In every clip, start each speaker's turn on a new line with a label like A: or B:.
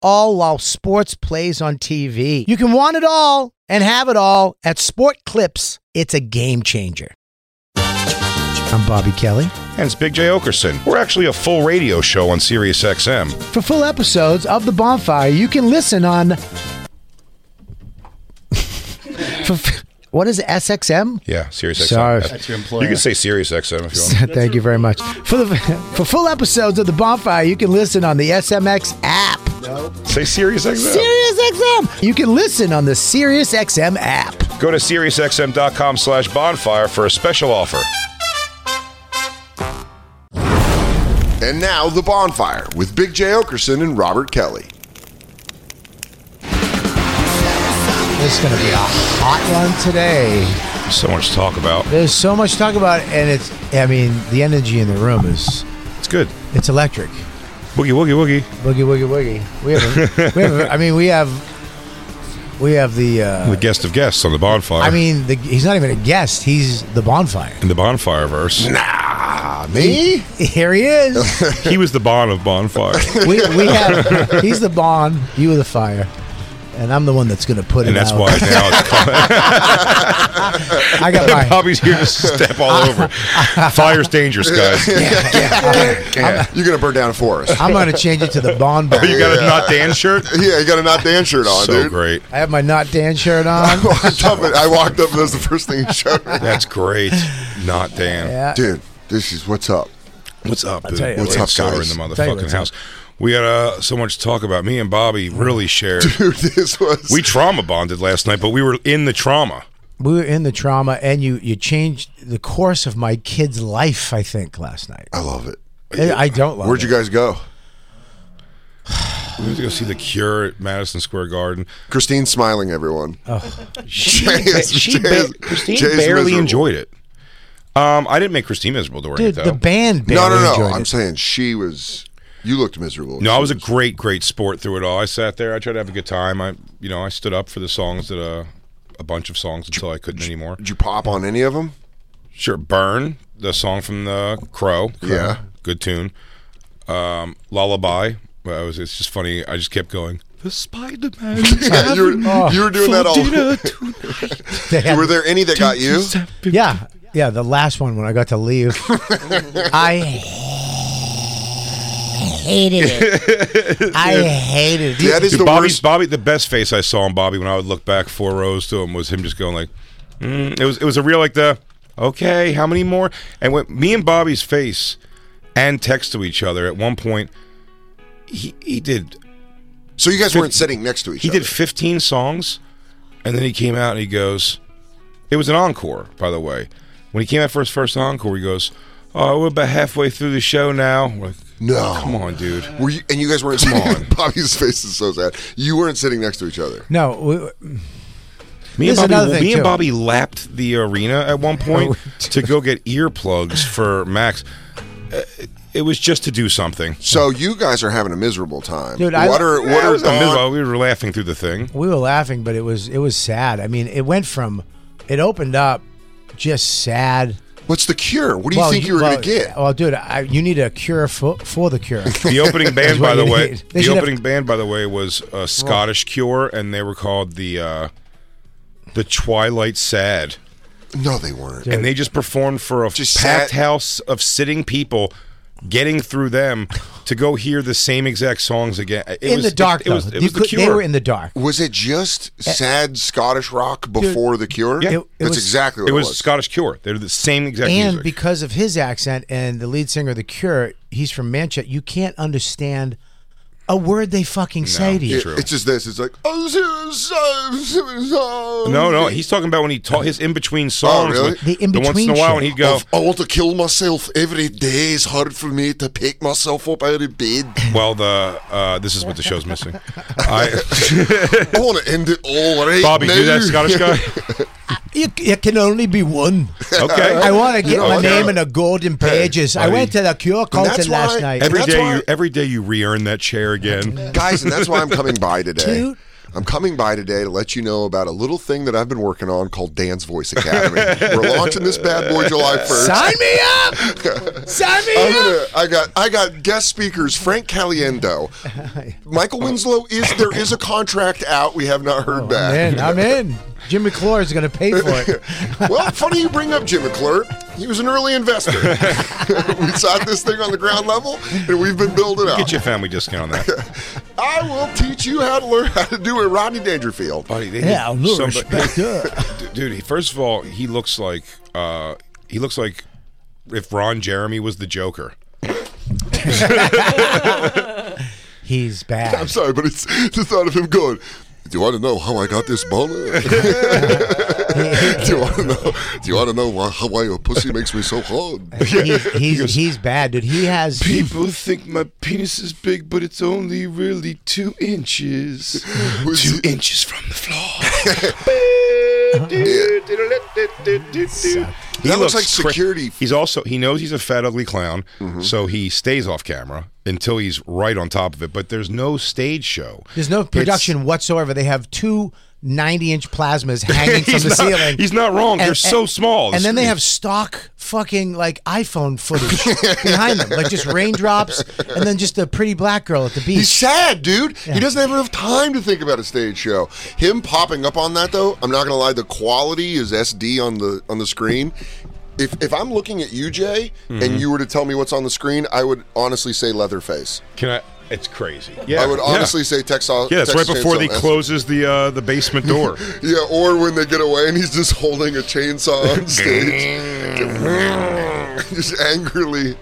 A: all while sports plays on TV. You can want it all and have it all at Sport Clips. It's a game changer. I'm Bobby Kelly.
B: And it's Big J. Okerson. We're actually a full radio show on Sirius XM.
A: For full episodes of The Bonfire, you can listen on. For, what is it, SXM?
B: Yeah, Sirius XM.
A: Sorry.
C: That's your employer.
B: You can say Sirius XM if you want.
A: Thank you very much. For the for full episodes of The Bonfire, you can listen on the SMX app.
B: say Sirius XM.
A: SiriusXM. You can listen on the SiriusXM app.
B: Go to SiriusXM.com slash bonfire for a special offer.
D: And now The Bonfire with Big J. Okerson and Robert Kelly.
A: It's going to be a hot one today.
B: So much to talk about.
A: There's so much to talk about, and it's, I mean, the energy in the room is,
B: It's good.
A: it's electric.
B: Boogie, woogie, woogie.
A: Boogie, woogie, woogie. We have, a, we have a, I mean, we have, we have the, uh,
B: The guest of guests on the bonfire.
A: I mean, the, he's not even a guest, he's the bonfire.
B: in the bonfire verse.
D: Nah,
B: Ah,
D: me?
A: Here he is.
B: he was the Bon of bonfire.
A: We, we have, he's the bond, you are the fire. And I'm the one that's going to put
B: And
A: it
B: that's
A: out.
B: why now it's called.
A: I got my.
B: Bobby's here to step all over. Fire's dangerous, guys.
D: You're going to burn down a forest.
A: I'm going to change it to the Bon Bon.
B: Oh, You got a not Dan shirt?
D: yeah, you got a not Dan shirt on,
B: so
D: dude.
B: great.
A: I have my not Dan shirt on.
B: Oh,
D: Walked up and- I walked up and that's the first thing he showed me.
B: That's great. Not Dan.
A: Yeah.
D: Dude, this is what's up.
B: What's up, dude?
A: tell you
B: What's
D: what's
B: up,
D: up,
B: soda in
D: guys.
B: the
A: Tell you
B: motherfucking
A: what's
B: house? We had uh, so much to talk about. Me and Bobby really shared.
D: Dude, this was.
B: We trauma bonded last night, but we were in the trauma.
A: we were in the trauma and you you changed the course of my kid's life i think last night
D: I love it.
A: i, I don't love
D: Where'd you
A: it.
D: guys go?
B: We went to go see The Cure at Madison Square Garden.
D: Christine's smiling, everyone.
B: Oh, She,
D: Jay's-
B: she ba-
D: Jay's-
B: Christine
D: Jay's
B: barely
D: miserable.
B: enjoyed it. Um, I didn't make Christine miserable during
A: dude
B: it,
A: the
B: though.
A: band
D: no, no,
A: barely
D: no.
A: enjoyed
D: I'm
A: it.
D: saying she was. You looked miserable.
B: no, I was a great, great sport through it all. I sat there. I tried to have a good time. I, you know, I stood up for the songs that uh, a bunch of songs until I couldn't anymore.
D: Did you pop on any of them?
B: Sure, "Burn," the song from the Crow.
D: Yeah.
B: good tune. Um, "Lullaby." Well, it was, it's just funny. I just kept going. The Spider Man.
D: Yeah, you, were, you were doing that all.
A: They had-
D: Were there any that got you?
A: yeah yeah the last one when i got to leave i hated it i hated
D: That
A: it
D: is
B: Dude,
D: the
B: Bobby,
D: worst.
B: Bobby, the best face I saw on Bobby when I would look back four rows to him was him just going like, mm. it was it was a real like the, okay, how many more? And when me and Bobby's face, and text to each other at one point, he he did
D: So you guys weren't sitting next to each
B: he
D: other.
B: did 15 songs and then he came out and he goes it was an encore by the way when he came out for his first encore he goes oh we're about halfway through the show now We're like,
D: No.
B: come on dude
D: Were you, and you guys weren't sitting. Bobby's face is so sad. You weren't sitting next to each other.
A: no we,
B: me and
A: This is another
B: bobby,
A: thing,
B: me and
A: too.
B: bobby lapped the arena at one point to go get earplugs for max Uh, it was just to do something
D: So you guys are having a miserable time.
A: Dude, I-
D: what are what
B: Yeah, it
D: are
B: was not
D: Bon-
B: miserable. we were laughing through the thing
A: we were laughing but it was it was sad i mean it went from it opened up just sad
D: What's the cure? What do you think you were
A: well,
D: going to get?
A: Well, dude, I, you need a cure for, for the cure.
B: The opening
A: That's
B: band,
A: what
B: by the
A: you
B: way,
A: need. They
B: the
A: should have-
B: opening band, by the way, was a Scottish Cure, and they were called the uh, the Twilight Sad,
D: no, they weren't.
B: and they just performed for a
D: Just
B: packed
D: sat-
B: house of sitting people getting through them to go hear the same exact songs again. It
A: in
B: was-
A: the dark,
B: It,
A: though.
B: was, it
A: You
B: was the
A: could-
B: cure.
A: They were in the dark.
D: Was it just
B: Eh.
D: sad Scottish rock before the Cure?
A: Yeah. It- it
D: That's
A: was-
D: exactly what
B: it
D: it
B: was Scottish Cure. They're the same exact
A: and
B: music.
A: because of his accent and the lead singer of the Cure, he's from Manchester. You can't understand a word they fucking say to you.
D: It- It's just this. It's like oh, so- so- so- so-
B: no, no, he's talking about when he taught his in between songs.
D: really?
B: when-
A: The in-between
B: once in a while, when
A: shit.
B: he'd go,
D: Of- I want to kill myself. Every day is hard for me to pick myself up out of bed.
B: "Well, the uh, this is what the show's missing." I,
D: I want to end it all right
B: Bobby,
D: now.
B: do that Scottish guy.
A: You, it can only be one.
B: Okay,
A: I want to get
D: know,
A: my
D: I
A: name
D: know.
A: in the golden pages. I
B: buddy.
A: went to the Cure concert
D: that's
A: last
D: why-
A: night.
D: and
B: Every
D: that's
B: day,
D: why-
B: you, every day you re-earn that chair again.
D: guys, and that's why I'm coming by today.
A: Dude.
D: I'm coming by today to let you know about a little thing that I've been working on called Dan's Voice Academy. We're launching this bad boy July 1st.
A: Sign me up! Sign me
D: I'm
A: up!
D: gonna, I got I got guest speakers Frank Caliendo, Michael Winslow is there is a contract out we have not heard back.
A: Oh, Man, I'm in. Jim McClure is going to pay for it.
D: Well, funny you bring up Jim McClure. He was an early investor. we saw this thing on the ground level, and we've been building up.
B: Get your family discount on that,
D: I will teach you how to learn how to do a Rodney Dangerfield.
B: buddy. They
A: Yeah,
B: need
A: look,
B: somebody-
A: respect up.
B: D- dude. he- First of all, he looks like uh, he looks like if Ron Jeremy was the Joker.
A: He's
D: I'm
A: bad.
D: sorry, but it's the thought of him going. Do you want to know how I got this boner? do you want to know? Do you want to know why, how why your pussy makes me so hard?
A: He's, he's, he's bad, dude. He has.
B: People think my penis is big, but it's only really two inches.
D: Was Two it-
B: inches from the floor.
D: That looks like security.
B: He's also he knows he's a fat ugly clown, so he stays off camera until he's right on top of it. But there's no stage show.
A: There's no
B: It's-
A: production whatsoever. They have two 90 inch plasmas hanging from
B: He's
A: the
B: not-
A: ceiling.
B: he's not wrong. They're so small.
A: And then they have stock fucking like iPhone footage behind them, like just raindrops, and then just a pretty black girl at the
D: He's
A: beach.
D: sad, dude. He doesn't have enough time to think about a stage show. Him popping up on that though, I'm not gonna lie, the quality is SD on the on the screen. If if I'm looking at you, Jay,
B: Mm-hmm.
D: and you were to tell me what's on the screen, I would honestly say Leatherface.
B: Can I? It's crazy. Yeah,
D: I would
B: yeah.
D: honestly say Texas.
B: Yeah, it's right
D: Texas
B: before
D: Chainsaw
B: they
D: Massacre.
B: closes the uh, the basement door.
D: Yeah, or when they get away and he's just holding a chainsaw on stage, just angrily.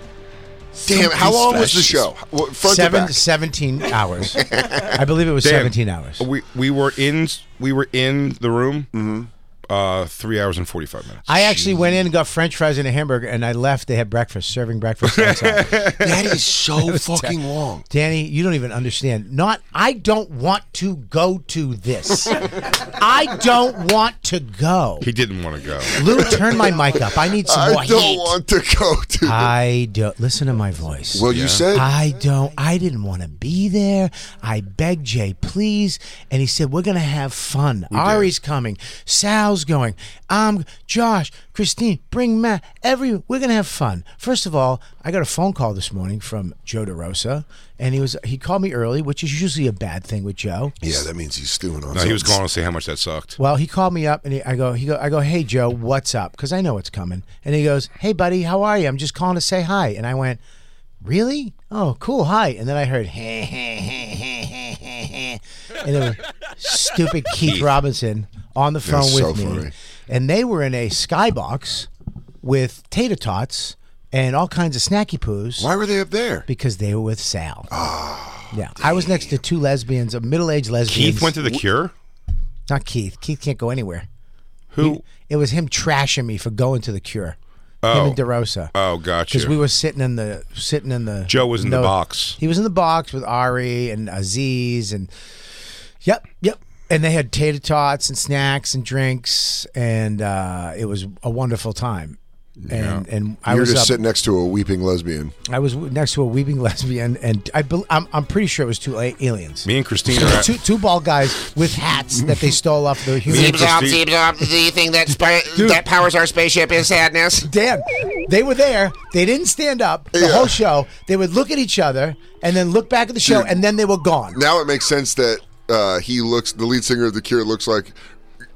D: Damn! How long was the show? What- Front to
A: Seven,
D: back.
A: 17 hours. I believe it was
B: Damn.
A: 17 hours.
B: we we were in we were in the room. Uh, three hours and forty five minutes.
A: I actually went in and got french fries and a hamburger, and I left. They had breakfast, serving breakfast outside.
D: That is so fucking long.
A: Danny, you don't even understand. Not, I don't want to go to this. I don't want to go.
B: he didn't want to go.
A: Lou, turn my mic up. I need some more
D: I don't
A: heat.
D: want to go to.
A: I don't. Listen to my voice.
D: well, you said
A: I don't. I didn't want to be there. I begged Jay, please, and he said we're gonna have fun. Ari's coming. Sal's going. Um, Josh, Christine, bring Matt. Every we're gonna have fun. First of all, I got a phone call this morning from Joe DeRosa, and he was he called me early, which is usually a bad thing with Joe.
D: Yeah, that means he's stewing on.
B: No, he was
D: something.
B: calling to say how much that sucked.
A: Well, he called me up and he, I go, he go, I go, hey Joe, what's up? Because I know it's coming. And he goes, hey buddy, how are you? I'm just calling to say hi. And I went, really? Oh, cool, hi. And then I heard, hey, hey, hey, hey, hey, hey, hey. and it was stupid Keith Robinson on the phone
D: That's
A: with
D: so
A: me.
D: funny.
A: And they were in a skybox with tater tots and all kinds of snacky poos
D: Why were they up there?
A: because they were with Sal. yeah, I was next to two lesbians, a middle-aged lesbian.
B: Keith went to the Cure.
A: not Keith. Keith can't go anywhere.
B: Who?
A: It was him trashing me for going to the Cure. Him
B: Oh.
A: and DeRosa.
B: Oh, gotcha.
A: Because we were sitting in the sitting in the
B: Joe was in the box.
A: He was in the box with Ari and Aziz and yep, yep. And they had tater tots and snacks and drinks, and uh, it was a wonderful time. And and I
D: You're
A: was
D: just
A: up,
D: sitting next to a weeping lesbian.
A: I was next to a weeping lesbian, and I bel I'm, I'm pretty sure it was two a- aliens,
B: Me and Christine are at,
A: two two bald guys with hats that they stole off the human.
C: Zeebs up,
B: Christine-
C: zeebs up. Do you think that spi-
A: Dude.
C: that powers our spaceship is sadness?
A: Dan, they were there. They didn't stand up the
D: Yeah.
A: whole show. They would look at each other and then look back at the show, and then they were gone.
D: Now it makes sense that uh, he looks. The lead singer of the Cure looks like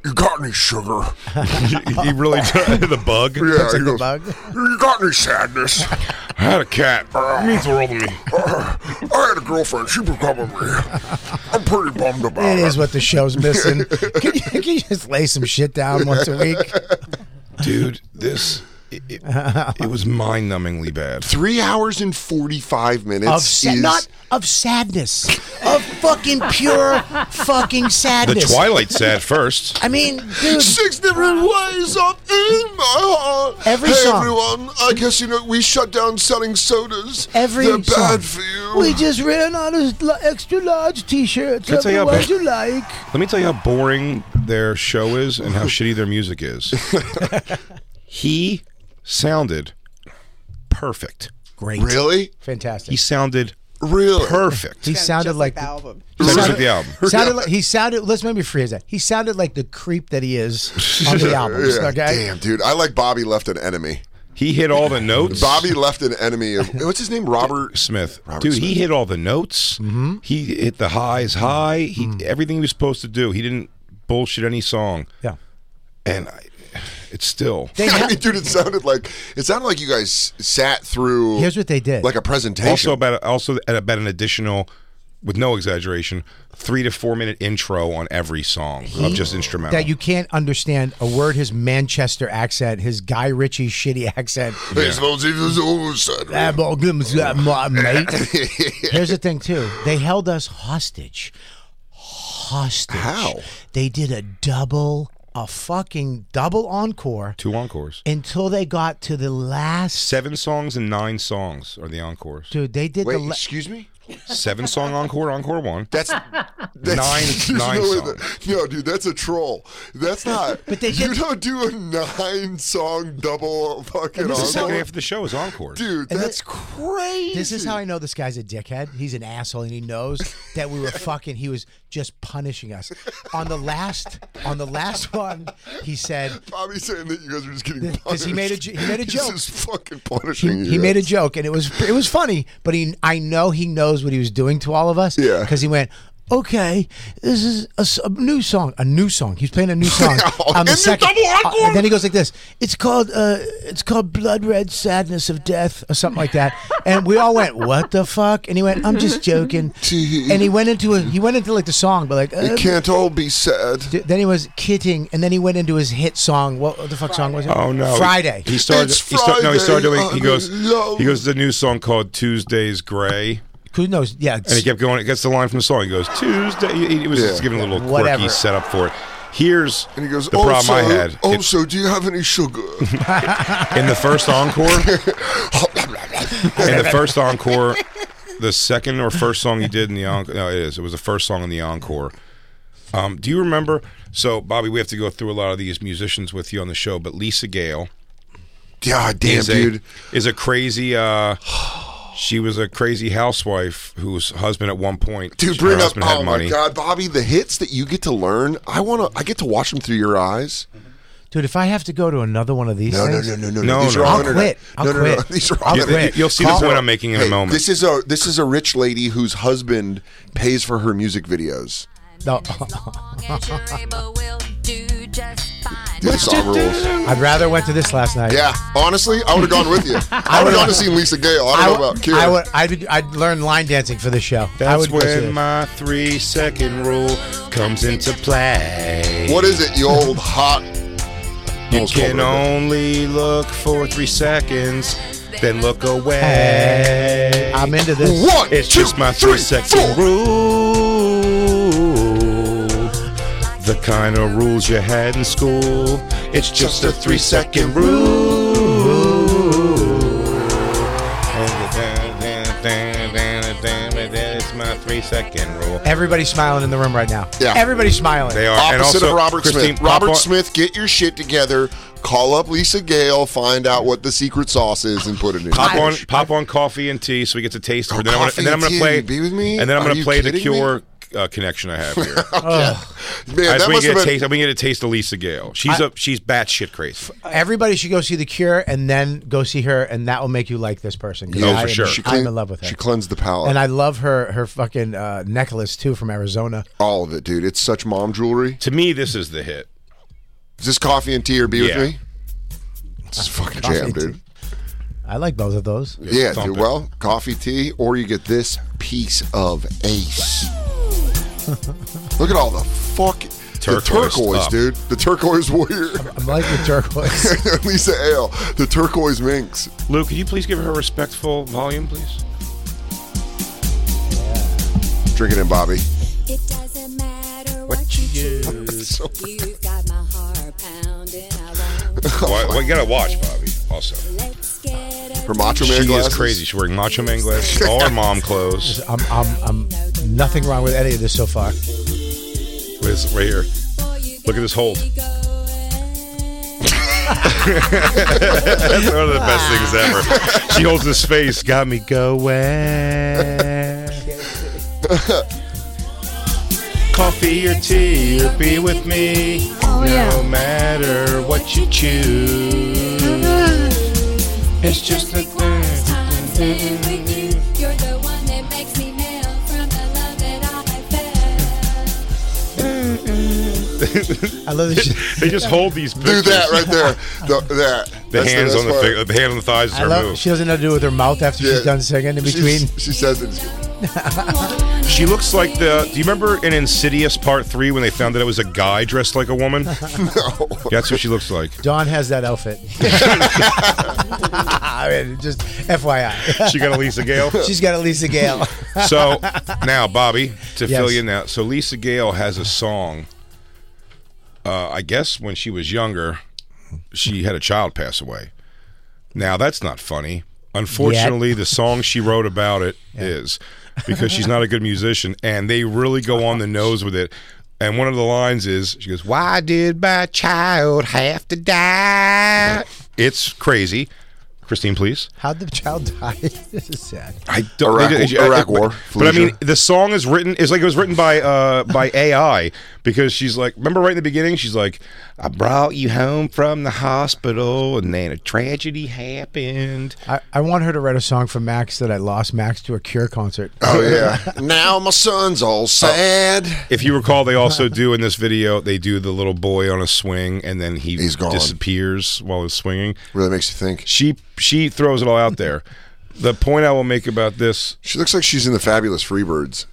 D: You got any sugar?
B: he really does. the bug.
D: Yeah,
B: It's
D: he
B: like,
D: goes,
A: bug?
D: You got any sadness?
B: I had a cat. It means the world to me.
D: Uh, I had a girlfriend. She was coming with me. I'm pretty bummed about
A: It
D: it.
A: is what the show's missing. can, you, can you just lay some shit down once a week?
B: Dude, this it, it, it was mind numbingly bad.
D: Three hours and 45 minutes
A: Of sa-
D: is
A: not of sadness, of fucking pure fucking
B: The
A: sadness.
B: Twilight sad first.
A: I mean, dude,
D: six different ways of in my heart.
A: Every
D: hey,
A: song.
D: everyone. I guess you know we shut down selling sodas.
A: every
D: They're
A: song.
D: bad for you.
A: We just ran out of l- extra large T-shirts.
B: Can I tell you how
A: Everyone
B: bad-
A: you like.
B: Let me tell you how boring their show is and how shitty their music is. he sounded perfect.
A: Great,
D: really,
A: fantastic.
B: He sounded
D: really.
B: perfect.
A: he
B: He
A: sounded like the-
E: album.
B: sounded like the album.
A: sounded like he sounded. Let's maybe phrase that. He sounded like the creep that he is on the albums.
D: Yeah,
A: okay,
D: Damn, dude. I like Bobby left an enemy.
B: He hit all the notes.
D: Bobby left an enemy of what's his name? Robert.
B: Smith,
D: Robert
B: dude, he
D: Smith.
B: hit all the notes. Mm-hmm. He hit the highs high. He
A: Mm.
B: everything he was supposed to do. He didn't bullshit any song,
A: yeah.
B: and I, it's still
A: They
D: I
A: ha-
D: mean, dude, it sounded like it sounded like you guys sat through.
A: Here's what they did.
D: like a presentation.
B: also about also at about an additional, with no exaggeration, three to four minute intro on every song of just instrumental.
A: that you can't understand a word his Manchester accent, his Guy Ritchie shitty accent.
D: Hey, suppose it was overside.
A: Ah, well, give me that, my mate. Here's the thing, too. They held us hostage. Hostage.
D: How?
A: They did a double, a fucking double encore
B: two encores,
A: until they got to the last.
B: seven songs and nine songs are the encores.
A: Dude, they did
D: Wait,
A: the. La-
D: excuse me.
B: Seven song encore, encore one.
D: That's, that's
B: Nine- nine
D: there's
B: songs.
D: way that- no, dude, that's a troll. That's not.
A: But they
D: you
A: did-
D: don't do a nine song double fucking
A: this
B: The
A: is how-
D: encore.
B: second half of the show is encores.
D: dude,
A: And
D: that's
A: thi-
D: crazy.
A: This is how I know this guy's a dickhead. He's an asshole, and he knows that we were fucking. He was just punishing us. On the last, on the last one, he said,
D: Bobby's saying that you guys are just getting punished.
A: 'Cause he made a j- he made a
D: He's
A: joke.
D: just fucking punishing
A: he,
D: you.
A: he made a
D: guys.
A: joke and it was it was funny but he i know he knows what he was doing to all of us
D: Yeah.
A: because he went okay this is a, s- a new song a new song he's playing a new song on
D: And
A: the
D: the
A: second
D: double encore?
A: and then he goes like this it's called uh it's called blood red sadness of death or something like that and we all went what the fuck and he went i'm just joking and he went into a he went into like the song but like uh,
D: It can't all be sad.
A: d- then he was kidding and then he went into his hit song what the fuck song was it
B: Oh no!
A: friday
B: He started.
D: It's
B: He started. No, he started
D: Friday,
B: doing. He goes.
D: I love-
B: He goes. The new song called "Tuesday's Gray,"
A: who knows yeah
B: and he kept going. It gets the line from the song. He goes Tuesday. He- It was just
D: Yeah.
B: giving a little quirky
A: Whatever.
B: setup for it. Here's
D: And he goes, "Oh,
B: the
D: also,
B: problem I had It-
D: Also, do you have any sugar?
B: in the first encore. in the first encore, the second or first song he did in the encore. No, it is. It was the first song in the encore. Um, do you remember? So, Bobby, we have to go through a lot of these musicians with you on the show, but Lisa Gale.
D: God damn,
B: is
D: dude.
B: a is a crazy. Uh, she was a crazy housewife whose husband at one point,
D: Dude,
B: her
D: bring up.
B: husband had
D: Oh
B: money.
D: my God, Bobby, the hits that you get to learn. I want to. I get to watch them through your eyes.
A: dude if i have to go to another one of these
D: No, no,
A: things,
D: no, no, no,
B: No,
D: no. These
B: no.
D: are all
B: I'll
D: internet.
A: quit. I'll
D: no, no, no,
A: quit.
D: no. These are all
A: I'll
B: You-
D: internet.
A: quit.
B: You'll see the
A: Call-
B: point I'm making in
D: Hey,
B: a moment.
D: This is a this is a rich lady whose husband pays for her music videos.
A: No.
D: Dude, this song rules.
A: I'd rather went to this last night.
D: Yeah, honestly, I would have gone with you. I would have gone to see Lisa Gale. I
A: I
D: don't know
A: would.
D: about Kira.
A: I would. I'd, I'd learn line dancing for the show. I
B: That's
A: would listen to
B: when
A: it.
B: my three second rule comes into play.
D: What is it, you old hot?
B: You
D: Almost called
B: can
D: her a bitch.
B: only look for three seconds, then look away.
A: I'm into this.
D: One,
B: It's
D: two,
B: just my three
D: three,
B: second
D: four.
B: rule. The kind of rules you had in school. It's just a three second rule. It's my three second rule.
A: Everybody's smiling in the room right now.
D: Yeah.
A: Everybody's smiling.
B: They are and
D: Opposite
B: also,
D: of Robert
B: Christine,
D: Smith.
B: pop
D: Robert
B: on-
D: Smith, get your shit together. Call up Lisa Gale. Find out what the secret sauce is and put it in.
B: Pop
D: your
B: on,
D: dish.
B: pop on coffee and tea, so we get to taste. it.
D: Oh,
B: and then I'm gonna,
D: coffee
B: and then I'm
D: and
B: gonna
D: tea,
B: play.
D: be with me?
B: And then I'm
D: Are
B: gonna
D: you
B: play the
D: kidding me?
B: Cure uh, connection I have here.
D: Man,
B: As
D: that
B: we
D: must
B: get
D: have
B: a
D: been.
B: taste, I'm gonna get a taste of Lisa Gale. She's a she's batshit crazy.
A: Everybody should go see The Cure and then go see her, and that will make you like this person. 'cause
B: Oh,
A: I am-
B: for sure.
D: She
A: I'm
D: clean-
A: in love with her.
D: She cleansed the palate.
A: and I love her her fucking uh, necklace too from Arizona.
D: all of it, dude. It's such mom jewelry.
B: To me, this is the hit.
D: Is this coffee and tea or be
B: Yeah.
D: with me? It's a fucking jam,
A: and tea.
D: dude.
A: I like both of those.
D: Yeah,
B: Thump
D: dude.
B: it.
D: Well, coffee, tea, or you get this piece of ace. Look at all the fuck.
B: Turquoise
D: the turquoise,
B: up.
D: dude. The turquoise warrior.
A: I like the turquoise.
D: Lisa Ale. The turquoise minx.
B: Lou, could you please give her respectful volume, please?
D: Drink it in, Bobby.
E: It doesn't matter what, you do. You've got my heart pounding. I won't
D: Oh
B: Well, well, you gotta watch Bobby. Also,
E: let's get a
D: Her Macho Man
B: she
D: glasses.
B: is crazy. She's wearing Macho Man glasses, all her mom clothes.
A: I'm, I'm, I'm nothing wrong with any of this so far.
B: With right here.
E: before you
B: Look at this hold.
E: get going.
B: That's one of the best things ever. She holds his face. Got me going. Coffee or tea, or be with me.
F: Oh,
B: No
F: yeah.
B: matter what you choose, it's just a
E: Requires
B: thing.
E: time spent with you. You're the one that makes me melt from the love that I felt.
A: I love this.
B: They just hold these
D: Do
B: pictures.
D: that right there. The, that.
B: The
D: That's
B: hands
D: that's
B: on the fi-
D: why-
B: the hand on the thighs is
A: I
B: her
A: love.
B: move.
A: She doesn't know what to do with her mouth after
D: Yeah.
A: she's done singing. In
D: She's-
A: between,
D: She says it.
B: She looks like the. Do you remember in Insidious Part Three when they found that it was a guy dressed like a woman?
D: No.
B: That's what she looks like.
A: Dawn has that outfit. I mean, just FYI,
B: She got a Lisa Gale.
A: she's got a Lisa Gale.
B: So now, Bobby, to
A: Yes.
B: fill you in now. So Lisa Gale has a song. Uh, I guess when she was younger, she had a child pass away. Now that's not funny. Unfortunately, the song she wrote about it is because she's not a good musician, and they really go on the nose with it. And one of the lines is, she goes, Why did my child have to die? It's crazy. Christine, please.
A: How'd the child die? this is sad.
B: I don't,
D: Iraq-
B: they did-
D: Iraq
B: but-
D: War,
B: But I mean,
D: Fallujah.
B: the song is written. It's like it was written by uh, by AI because she's like, remember right in the beginning, she's like, "I brought you home from the hospital, and then a tragedy happened."
A: I, I want her to write a song for Max that I lost Max to a Cure concert.
D: Oh yeah. Oh. Now my son's all sad.
B: If you recall, they also do in this video, they do the little boy on a swing, and then he
D: He's gone.
B: disappears while he's swinging.
D: Really makes you think.
B: She she throws it all out there. The point I will make about this,
D: She looks like she's in the Fabulous Freebirds.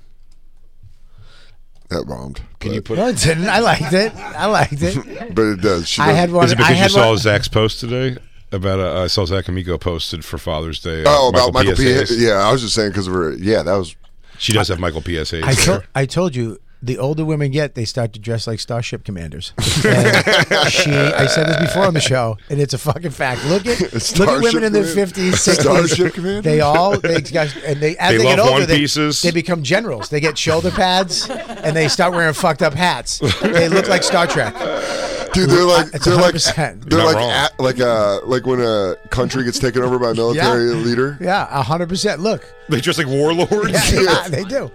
D: That bombed. Can you
A: No, it didn't. I liked it. I liked it.
D: But it does. She
A: I
D: does-
A: had one.
B: is it
A: I
B: because you
A: had
B: saw
A: one-
B: Zach's post today about uh, I saw Zach Amico posted for Father's Day. uh,
D: Oh, about Michael P.
B: Hayes.
D: Yeah, I was just saying because of her. Yeah, that was.
B: She does have Michael P.S. Hayes.
A: I
B: there.
A: told I told you the older women get, they start to dress like starship commanders. And she, I said this before on the show, and it's a fucking fact. Look at look at
D: Starship
A: women in their
D: Commander.
A: fifties, sixties.
D: Starship Commander.
A: They all they got- and they as
B: They
A: they, get
B: love
A: older,
B: One
A: they,
B: Pieces.
A: they become generals. They get shoulder pads and they start wearing fucked up hats. They look like Star Trek.
D: Dude, they're like
A: It's
D: they're like
A: 100%.
D: they're
B: You're
D: like
B: not wrong.
D: at, like uh like when a country gets taken over by a military leader.
A: Yeah, hundred percent. Look,
B: They dress like warlords.
A: yeah, they do.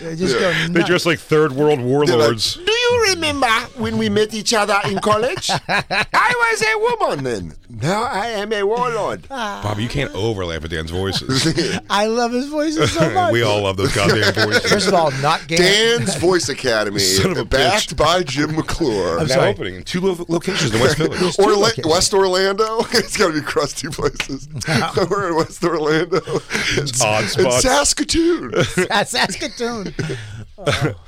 A: They just go.
B: They
A: nuts.
B: dress like third world warlords.
D: Do you remember when we met each other in college? I was a woman then. Now I am a warlord.
B: Bobby, you can't overlap with Dan's voices.
A: I love his voice so much.
B: we all love those goddamn
A: First
B: voices.
A: of all, not gay.
D: Dan's Voice Academy,
B: Son of a
D: backed by Jim McClure.
B: now
A: sorry.
B: opening in two lo- locations in West Philly.
D: Orla- West Orlando. It's got to be crusty places. We're in West Orlando. It's
B: odd spots.
D: Saskatoon.
A: That's Saskatoon.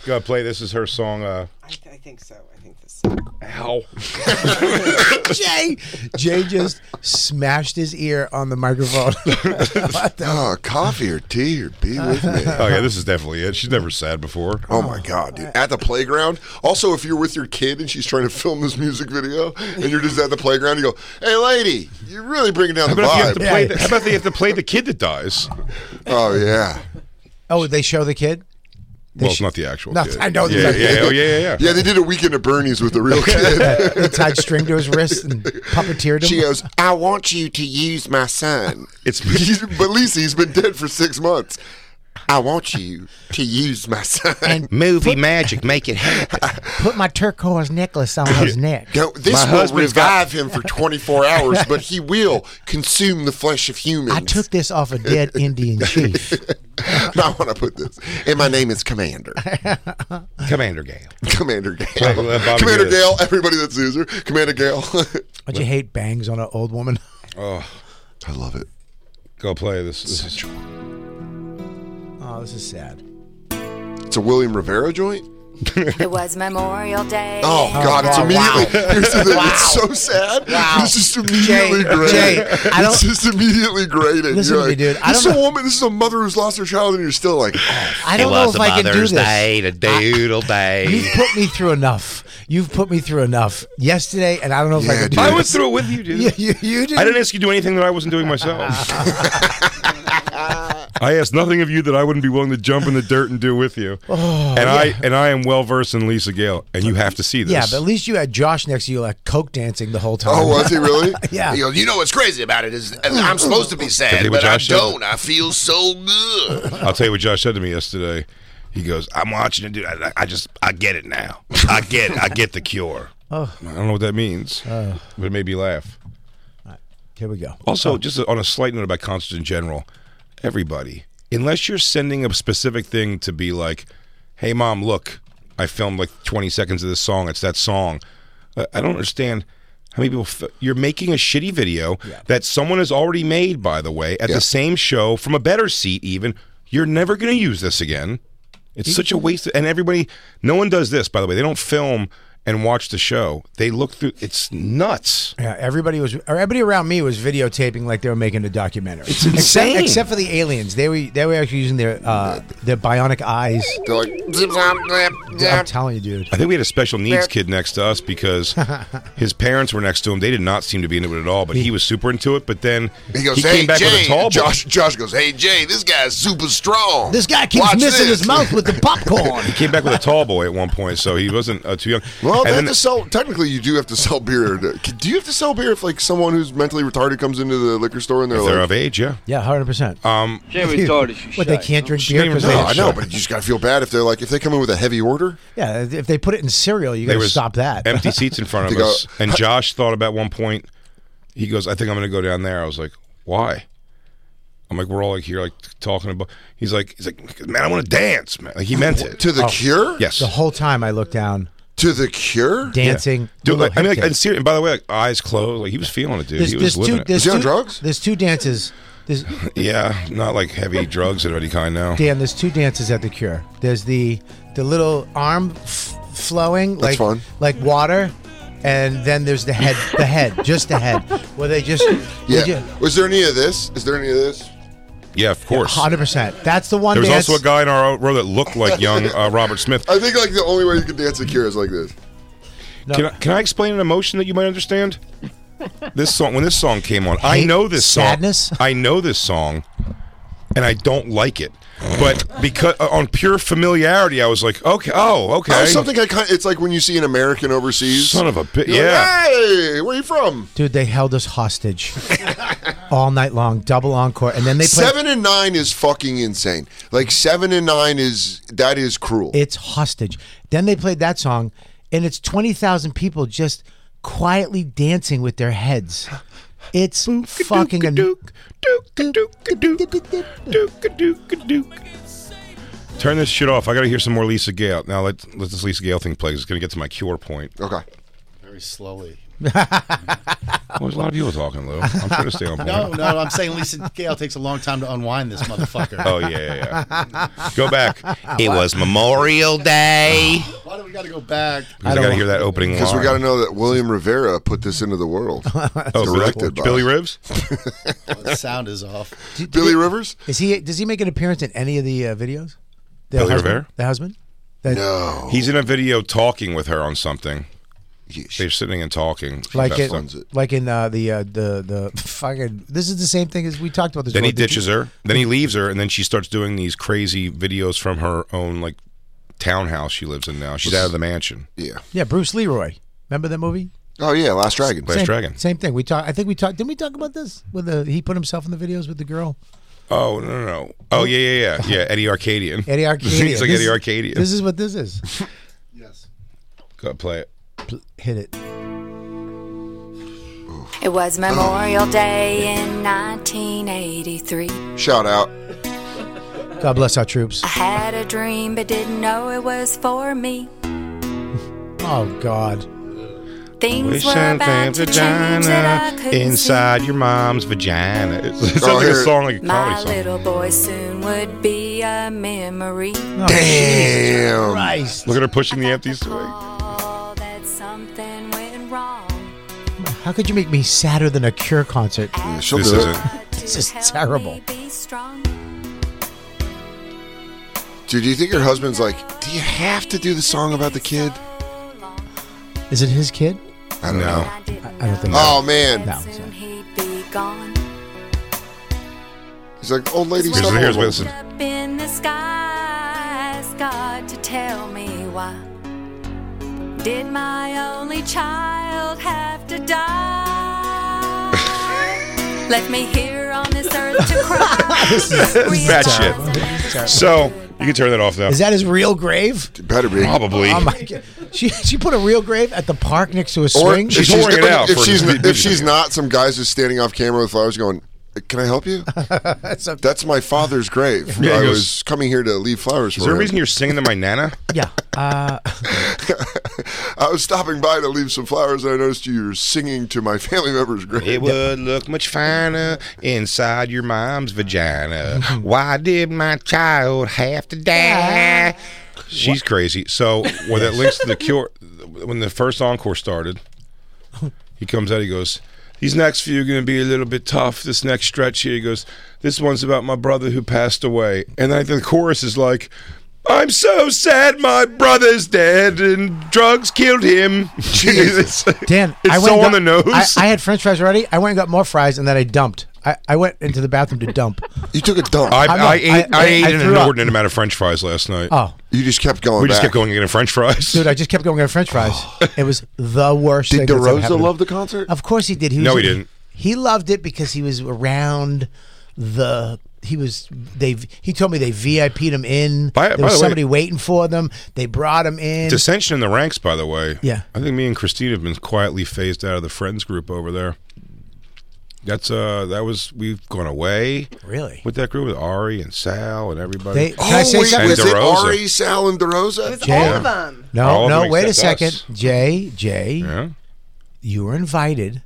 B: Go uh, play. This is her song. Uh,
F: I, th- I think so. I think this.
B: Ow.
A: Jay, Jay just smashed his ear on the microphone. What the-
D: oh, coffee or tea or be with me.
B: Oh yeah, this is definitely it. She's never sad before.
D: Oh my god, dude! At the playground. Also, if you're with your kid and she's trying to film this music video, and you're just at the playground, you go, "Hey, lady, you're really bringing down the
B: How about, if you have to
D: vibe."
B: play the, how about they have to play the kid that dies?
D: Oh yeah,
A: oh, they show the kid.
B: Well, it's
A: should-
B: not the actual
A: No,
B: kid.
A: I know the
B: Yeah,
A: kid.
B: yeah, yeah, oh, yeah, yeah, yeah.
D: yeah. They did a weekend at Bernie's with the real kid.
A: They tied string to his wrist and puppeteered him.
D: she goes,
C: I want you to use my son.
B: It's
D: He's, but Lisa, he's been dead for six months.
C: I want you to use my son.
A: and
B: movie magic. Make it happen.
A: put my turquoise necklace on his neck.
D: No, this
B: My
D: will
B: husband's got-
D: revive him for 24 hours, but he will consume the flesh of humans.
A: I took this off a dead Indian chief.
D: I want to put this. And my name is Commander.
B: Commander Gale.
D: Commander Gale.
B: Right, well, Bobby
D: Commander
B: Gale.
D: Gale, everybody that's Caesar. Commander Gale.
A: Don't you hate bangs on an old woman?
B: Oh,
D: I love it.
B: go play this. This is
A: Oh, this is sad.
D: It's a William Rivera joint?
E: It was Memorial Day.
D: Oh, God, it's
E: Wow.
D: immediately. Here's the thing. It's so sad. It's just immediately
A: Jay,
D: great.
A: Jay, I
D: it's
A: don't-
D: just immediately great. And
A: Listen
D: you're
A: to me,
D: like,
A: dude. I
D: This is
A: don't
D: a
A: know-
D: woman. This is a mother who's lost her child, and you're still like, oh,
A: I don't know if I can do this.
G: to doodle day.
A: You've put me through enough. You've put me through enough yesterday, and I don't know if I
D: Yeah,
A: can do
D: dude.
B: I
A: it.
B: went through it with you, dude.
A: You, you, you didn't.
B: I didn't ask you to do anything that I wasn't doing myself. I asked nothing of you that I wouldn't be willing to jump in the dirt and do with you. and I and I am well versed in Lisa Gale, and you have to see this.
A: yeah, but at least you had Josh next to you, like coke dancing the whole time.
D: oh, was he really?
A: Yeah.
H: He goes, you know what's crazy about it is uh, I'm supposed to be sad,
B: Did
H: but I
B: Josh do it?
H: don't. I feel so good.
B: I'll tell you what Josh said to me yesterday. He goes, "I'm watching it, dude. I, I just I get it now. I get it. I get the cure. I don't know what that means, but it made me laugh.
A: Here we go.
B: Also, just on a slight note about concerts in general, everybody, unless you're sending a specific thing to be like, "Hey, mom, look, I filmed like 20 seconds of this song. It's that song." I I don't understand how many people. F- you're making a shitty video that someone has already made, by the way, at the same show from a better seat. Even you're never going to use this again. It's such a waste. and everybody, no one does this, by the way. They don't film and watch the show. They look through. It's nuts.
A: Yeah, everybody was. or Everybody around me was videotaping like they were making a documentary. It's
B: insane.
A: Except, except for the aliens, they were they were actually using their uh, their bionic eyes.
D: They're like,
A: I'm telling you, dude.
B: I think we had a special needs kid next to us because his parents were next to him. They did not seem to be into it at all, but he was super into it. But then
H: He goes, hey,
B: came back
H: Jay.
B: with a tall boy.
H: Josh, Josh goes, hey, Jay, this guy's super strong.
A: This guy keeps
H: Watch
A: missing
H: this.
A: his mouth with the popcorn.
B: He came back with a tall boy at one point, so he wasn't uh, too young.
D: well,
B: and
D: they
B: then
D: have to sell. Technically, you do have to sell beer. to- Do you have to sell beer if like someone who's mentally retarded comes into the liquor store and they're
B: they're
D: like,
B: of age, yeah.
A: yeah, hundred percent.
B: Um,
A: What they can't drink beer because
D: no,
A: they
D: I know, but you just gotta feel bad if they're like, if they come in with a heavy order.
A: yeah, if they put it in cereal, you
B: there
A: gotta
B: was
A: stop that.
B: empty seats in front of
D: They go-
B: us, and Josh thought about one point. He goes, "I think I'm going to go down there." I was like, "Why?" I'm like, "We're all like here, like talking about." He's like, "He's like, man, I want to dance, man." Like he meant it.
D: To the cure?
B: Oh, yes,
A: The whole time I looked down,
D: To the cure?
A: dancing.
B: Dude,
A: little
B: like, I mean, like,
A: hip
B: and,
A: kick.
B: ser- and by the way, like, eyes closed, like he was feeling it, dude.
A: there's,
B: he
A: there's
B: was living
A: two.
B: it.
A: There's
D: he on
A: two-
D: drugs?
A: There's two dances. There's,
B: Yeah, not like heavy drugs of any kind now.
A: Dan, there's two dances at the Cure. There's the the little arm f- flowing like
D: fun.
A: like water, and then there's the head, the head, just the head, where they just
D: Yeah.
A: they ju-
D: Was there any of this? Is there any of this?
B: Yeah, of course.
A: 100%. That's the one
B: There was
A: dance.
B: also a guy in our row that looked like young uh, Robert Smith.
D: I think like the only way you can dance the cure is like this.
A: No.
B: Can I, can I explain an emotion that you might understand? This song, when this song came on, I
A: Hate?
B: know this song.
A: Sadness?
B: I know this song, and I don't like it. But because on pure familiarity, I was like, okay, oh, okay.
D: There's something I kind it's like when you see an American overseas.
B: Son of a bitch.
D: You're like,
B: Yeah.
D: hey, where are you from?
A: Dude, they held us hostage all night long, double encore, and then they played.
D: Seven and nine is fucking insane. Like seven and nine is that is cruel.
A: It's hostage. Then they played that song, and it's twenty thousand people just quietly dancing with their heads. It's fucking. an-
B: Turn this shit off. I got to hear some more Lisa Gale. Now let let this Lisa Gale thing play. 'cause It's gonna get to my cure point.
D: okay.
G: Very slowly.
B: Well, there's a lot of people talking, Lou. I'm trying to stay on point.
G: No, no, I'm saying Lisa Gale takes a long time to unwind this motherfucker.
B: Oh yeah, yeah, yeah. Go back.
H: It was Memorial Day.
B: Oh,
G: Why do we got to go back?
B: Because I, got to hear that opening line.
D: Because we got to know that William Rivera put this into the world.
B: oh, Billy-
D: directed by-
B: Billy Ribs.
G: The sound is off.
D: Billy Rivers?
A: Is he? Does he make an appearance in any of the uh, videos? The
B: Billy
A: husband,
B: Rivera?
A: The husband. That-
D: No.
B: He's in a video talking with her on something.
D: Yeesh.
B: They're sitting and talking. She
A: Like
B: cuts
A: it,
B: them.
A: like in uh, the uh, the the fucking. This is the same thing as we talked about. This.
B: Then he
A: one. Did you-
B: ditches her. Then he leaves her, and then she starts doing these crazy videos from her own like townhouse she lives in now. She's out of the mansion.
D: Yeah.
A: Yeah, Bruce Leroy. Remember that movie?
D: Oh yeah, Last Dragon.
B: Last
A: same,
B: Dragon.
A: Same thing. We talked. I think we talked. Didn't we talk about this? With the he put himself in the videos with the girl.
B: Oh no no no. Oh yeah yeah yeah yeah. Eddie Arcadian.
A: Eddie Arcadia.
B: He's like
A: This
B: Eddie
A: is-
B: Arcadian.
A: This is what this is.
B: Go play it.
A: Pl- Hit it.
E: It was Memorial Day in 1983.
D: Shout out.
A: God bless our troops.
E: I had a dream, but didn't know it was for me.
A: Oh, God.
E: Things
B: Wish
E: were
B: and
E: about to change that I
B: vagina
E: couldn't see.
B: inside your mom's vagina. It sounds
D: Oh,
B: like a
D: here-
B: song, like a
E: My
B: comedy song.
E: little boy soon would be a memory.
A: Oh,
D: Damn.
A: Christ.
B: Look at her pushing the empties away.
E: All that something went wrong.
A: How could you make me sadder than a Cure concert?
D: she'll
B: This
D: do
B: isn't.
A: This is terrible.
D: Dude, do you think your husband's like, do you have to do the song about the kid?
A: Is it his kid?
D: I don't know.
A: I don't think
D: Oh, man.
A: No.
E: Soon he'd be gone.
D: He's like, old lady,
B: Here's,
D: stop
B: here's
D: over."
B: listen.
E: Up in the skies, God to tell me why. Did my only child have to die? Left me here on this earth to cry.
A: This is-
B: is bad shit.
E: Realize I never
B: So
E: could
B: you can turn that off now.
A: Is that his real grave?
D: It Better be.
B: Probably.
A: Oh my god. She she put a real grave at the park next to a
D: Or
A: swing.
D: if
B: She's
D: she's,
B: pouring it out
D: if
B: for
D: she's
B: the-
D: if she's not, some guy's just standing off camera with flowers, going, "Can I help you? That's my father's grave.
B: Yeah, he
D: I
B: goes-
D: was coming here to leave flowers
B: Is
D: for
B: there a
D: him.
B: reason you're singing to my nana?
A: yeah. Uh,
D: I was stopping by to leave some flowers, and I noticed you were singing to my family member's grave.
B: It would look much finer inside your mom's vagina. Why did my child have to die? She's crazy. So when that links to the cure, when the first encore started, he comes out. He goes, "These next few are going to be a little bit tough. This next stretch here." He goes, "This one's about my brother who passed away," and then the chorus is like. I'm so sad my brother's dead and drugs killed him. Jesus.
A: Dan,
B: it's
A: I went
B: so on
A: and
B: the
A: got-
B: nose.
A: I, I had French fries already. I went and got more fries and then I dumped. I, I went into the bathroom to dump.
D: You took a dump.
B: I,
A: I'm not-
B: I, ate, I,
A: I-
B: ate
A: I
B: an
A: threw up.
B: inordinate amount of French fries last night.
A: Oh,
D: you just kept going.
B: we just
D: back.
B: kept going and getting French fries.
A: dude, I just kept going on French fries. It was the worst.
D: Did
A: thing that's ever
D: DeRosa
A: happened to-
D: love the concert?
A: Of course he did. He was
B: No, he didn't.
A: He loved it because he was around the. He was they. He told me they VIP'd him in.
B: By-
A: there
B: by the
A: was
B: way-
A: somebody waiting for them. They brought him in.
B: Dissension in the ranks, by the way.
A: Yeah.
B: I think me and Christine have been quietly phased out of the friends group over there. That's uh, that was we've gone away
A: really?
B: with that group with Ari and Sal and everybody.
A: They, can
D: oh,
A: I say
D: wait,
A: something?
D: was it
B: DeRosa.
D: Ari, Sal, and DeRosa?
F: It was
A: Yeah.
F: all of them.
A: No,
B: All of
A: no,
B: them
A: wait a
B: except
A: second.
B: us.
A: Jay, Jay,
B: yeah.
A: you were invited.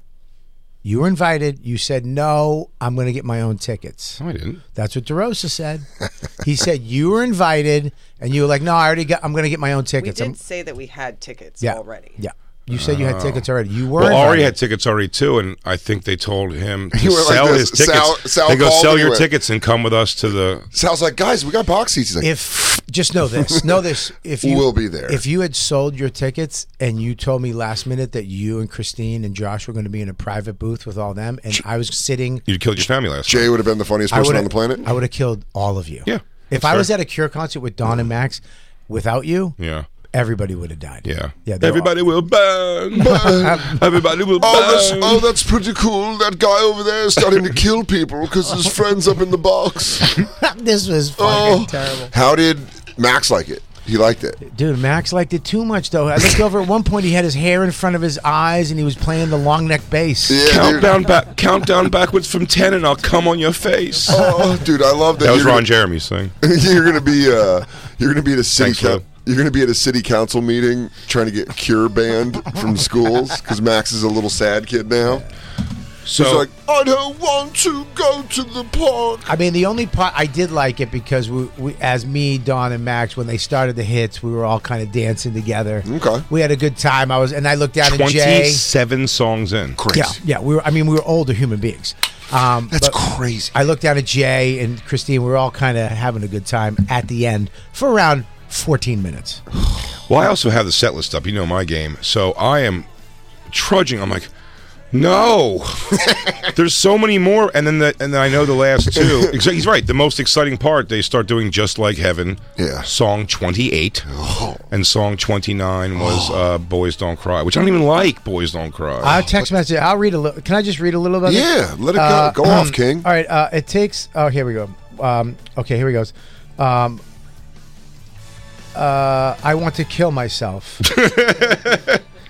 A: You were invited. You said, no, I'm going to get my own tickets.
B: No, Oh, I didn't.
A: That's what DeRosa said. he said, you were invited, and you were like, no, I already got, I'm going to get my own
F: We
A: tickets. I'm-
F: did say that we had tickets
A: yeah.
F: already.
A: Yeah. You said you had tickets already. You were
B: Oh. Well, Ari
A: invited.
B: had tickets already too, and I think they told him to
D: He went like
B: sell
D: this,
B: his tickets.
D: Sal- Sal
B: they go
D: called
B: sell
D: and he
B: your
D: went-
B: tickets and come with us to the.
D: Sal's like, guys, we got box seats. He's like,
A: if just know this, know this. If you
D: We'll be there.
A: If you had sold your tickets and you told me last minute that you and Christine and Josh were going to be in a private booth with all them, and I was sitting
B: You killed your family last.
D: Jay would have been the funniest
A: I
D: person
A: would've-
D: on the planet.
A: I would have killed all of you.
B: Yeah,
A: If
B: that's
A: I
B: fair.
A: was at a Cure concert with Don and Max, without you,
B: night. Yeah.
A: everybody would have died.
B: Yeah.
A: Yeah. they were
B: Everybody will burn. burn. Everybody will burn.
D: Oh, that's, oh, that's pretty cool. That guy over there is starting to kill people because his friend's up in the box.
A: all- this was fucking
D: Oh,
A: terrible.
D: how did Max like it? He liked it.
A: Dude, Max liked it too much though. I looked over at one point; he had his hair in front of his eyes, and he was playing the long neck bass.
D: Yeah, dude.
B: Countdown back, countdown backwards from ten, and I'll come on your face.
D: Oh, dude, I love that.
B: That was
D: you're
B: Ron
D: gonna-
B: Jeremy's thing.
D: you're gonna be uh, you're gonna be at a city
B: Thanks, Lou.
D: coun you're gonna be at a city council meeting trying to get cure banned from schools because Max is a little sad kid now. He's
B: So
D: like, I don't want to go to the park.
A: I mean, the only part I did like it because we, we, as me, Don, and Max, when they started the hits, we were all kind of dancing together.
D: Okay.
A: we had a good time. I was, and I looked down at Jay.
B: twenty-seven songs in.
D: Crazy.
A: Yeah, yeah. We were. I mean, we were older human beings. Um,
D: That's
A: but
D: crazy.
A: I looked down at Jay and Christine. We were all kind of having a good time at the end for around 14 minutes.
B: Well, I also have the set list up. You know my game, so I am trudging. I'm like, no, there's so many more, and then the, and then I know the last two. Ex- He's right. The most exciting part, they start doing just like heaven.
D: Yeah.
B: Song twenty-eight, and song twenty-nine was uh, "Boys Don't Cry," which I don't even like. "Boys Don't Cry."
A: I'll text message. I'll read a little. Can I just read a little bit?
D: Yeah, let it go.
A: Uh,
D: go off, King.
A: All right. Uh, it takes. Oh, here we go. Um, okay, here we goes. Um, uh, I want to kill myself.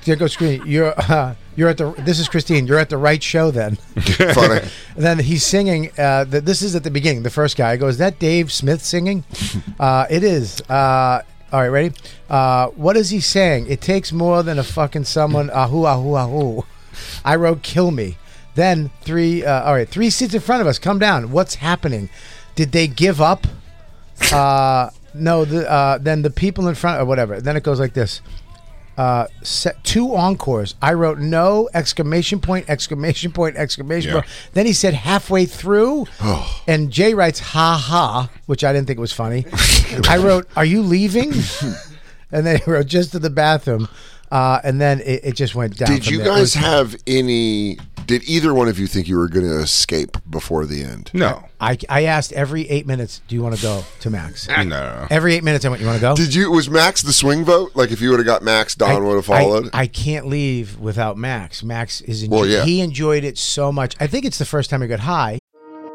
A: There goes Christine. You're uh, you're at the. This is Christine. You're at the right show then.
D: Funny.
A: And then he's singing. Uh, the, this is at the beginning. The first guy goes, "Is that Dave Smith singing?" uh, it is. Uh, all right, ready? Uh, what is he saying? It takes more than a fucking someone. Ahoo, ahoo, ahoo. I wrote, "Kill me." Then three. Uh, all right, three seats in front of us. Come down. What's happening? Did they give up? Uh, no. The, uh, then the people in front. Or whatever. Then it goes like this uh, set two encores. I wrote no exclamation point exclamation point exclamation
B: Yeah.
A: point. Then he said halfway through, and Jay writes ha ha, which I didn't think was funny. I wrote, "Are you leaving?" and then he wrote just to the bathroom, uh, and then it, it just went down.
D: Did
A: from
D: you
A: there. It
D: guys
A: was-
D: have any? Did either one of you think you were going to escape before the end?
B: No.
A: I, I asked every eight minutes, "Do you want to go to Max?"
B: No, no, no.
A: Every eight minutes, I went, "You want to go?"
D: Did you? Was Max the swing vote? Like if you would have got Max, Don would have
A: I-
D: followed.
A: I, can't leave without Max. Max is enjoy-
D: Well, yeah.
A: he enjoyed it so much. I think it's the first time he got high.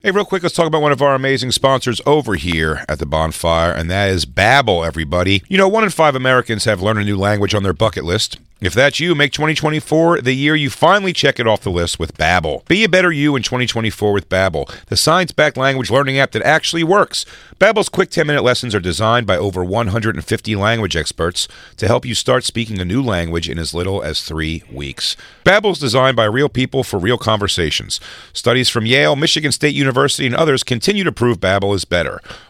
B: Hey, real quick, let's talk about one of our amazing sponsors over here at the bonfire, and that is Babbel, everybody. You know, one in five Americans have learned a new language on their bucket list. If that's you, make 2024 the year you finally check it off the list with Babbel. Be a better you in 2024 with Babbel, the science-backed language learning app that actually works. Babbel's quick 10-minute lessons are designed by over 150 language experts to help you start speaking a new language in as little as 3 weeks. Babbel's designed by real people for real conversations. Studies from Yale, Michigan State University, and others continue to prove Babbel is better.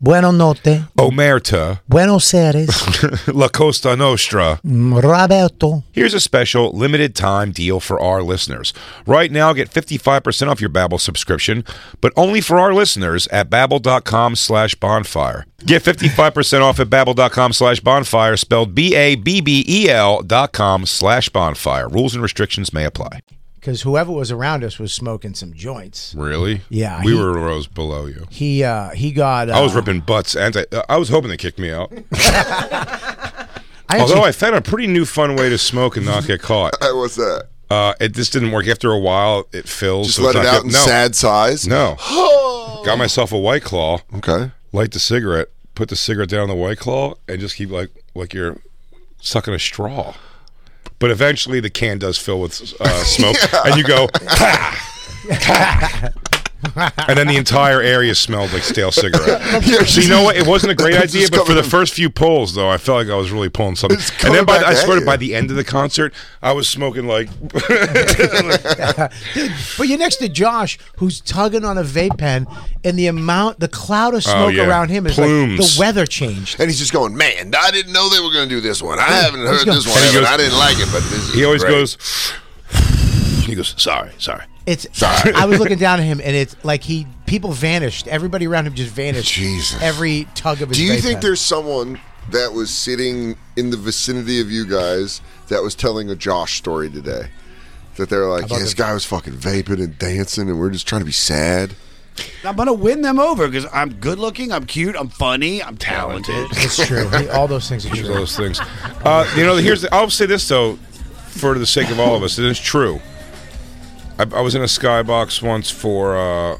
A: Buenos notte.
B: Omerta,
A: Buenos Aires.
B: La Costa Nostra.
A: Mm, Roberto.
B: Here's a special limited time deal for our listeners. Right now, get 55% off your Babbel subscription, but only for our listeners at babbel.com slash bonfire. Get 55% off at babbel.com slash bonfire, spelled B-A-B-B-E-L E dot com slash bonfire. Rules and restrictions may apply.
A: Because whoever was around us was smoking some joints.
B: Really?
A: Yeah,
B: We
A: he-
B: were rows below you.
A: He uh he got. Uh,
B: I was ripping butts, and I, uh, I was hoping they kicked me out.
A: I actually-
B: Although I found a pretty new fun way to smoke and not get caught.
D: I was that.
B: Uh, it just didn't work. After a while, it fills.
D: Just
B: so
D: let
B: it's
D: it
B: not
D: out
B: good.
D: in
B: no,
D: sad sighs.
B: No. Got myself a white claw.
D: Okay.
B: Light the cigarette. Put the cigarette down on the white claw, and just keep like like you're sucking a straw. But eventually, the can does fill with uh, smoke, and you go. "Pah! Pah!" and then the entire area smelled like stale cigarette. so you know what? It wasn't a great
D: It's
B: idea,
D: just
B: but for the
D: coming-
B: first few pulls, though, I felt like I was really pulling something.
D: It's
B: And then
D: coming
B: by the,
D: back
B: I
D: at
B: swear, to
D: you.
B: by the end of the concert, I was smoking like
A: But you're next to Josh, who's tugging on a vape pen, and the amount, the cloud of smoke
B: Oh, yeah.
A: around him is like the
B: Plumes.
A: weather changed.
C: And he's just going, man, I didn't know they were going to do this one. I haven't heard this one.
B: And he
C: ever.
B: goes-
C: I didn't like it, but this is
B: he always
C: great."
B: goes. He goes, sorry, sorry.
A: It's. I was looking down at him, and it's like he people vanished. Everybody around him just vanished.
C: Jesus.
A: Every tug of his.
D: Do you
A: vape
D: think
A: pen.
D: there's someone that was sitting in the vicinity of you guys that was telling a Josh story today? That they're like, yeah, this guy was fucking vaping and dancing, and we're just trying to be sad.
I: I'm gonna win them over because I'm good looking, I'm cute, I'm funny, I'm talented.
A: It's true. He- all those things are
B: There's
A: true.
B: all those things. Uh, you know, here's. The, I'll say this though, for the sake of all of us, it is true. I, I was in a skybox once for. Uh,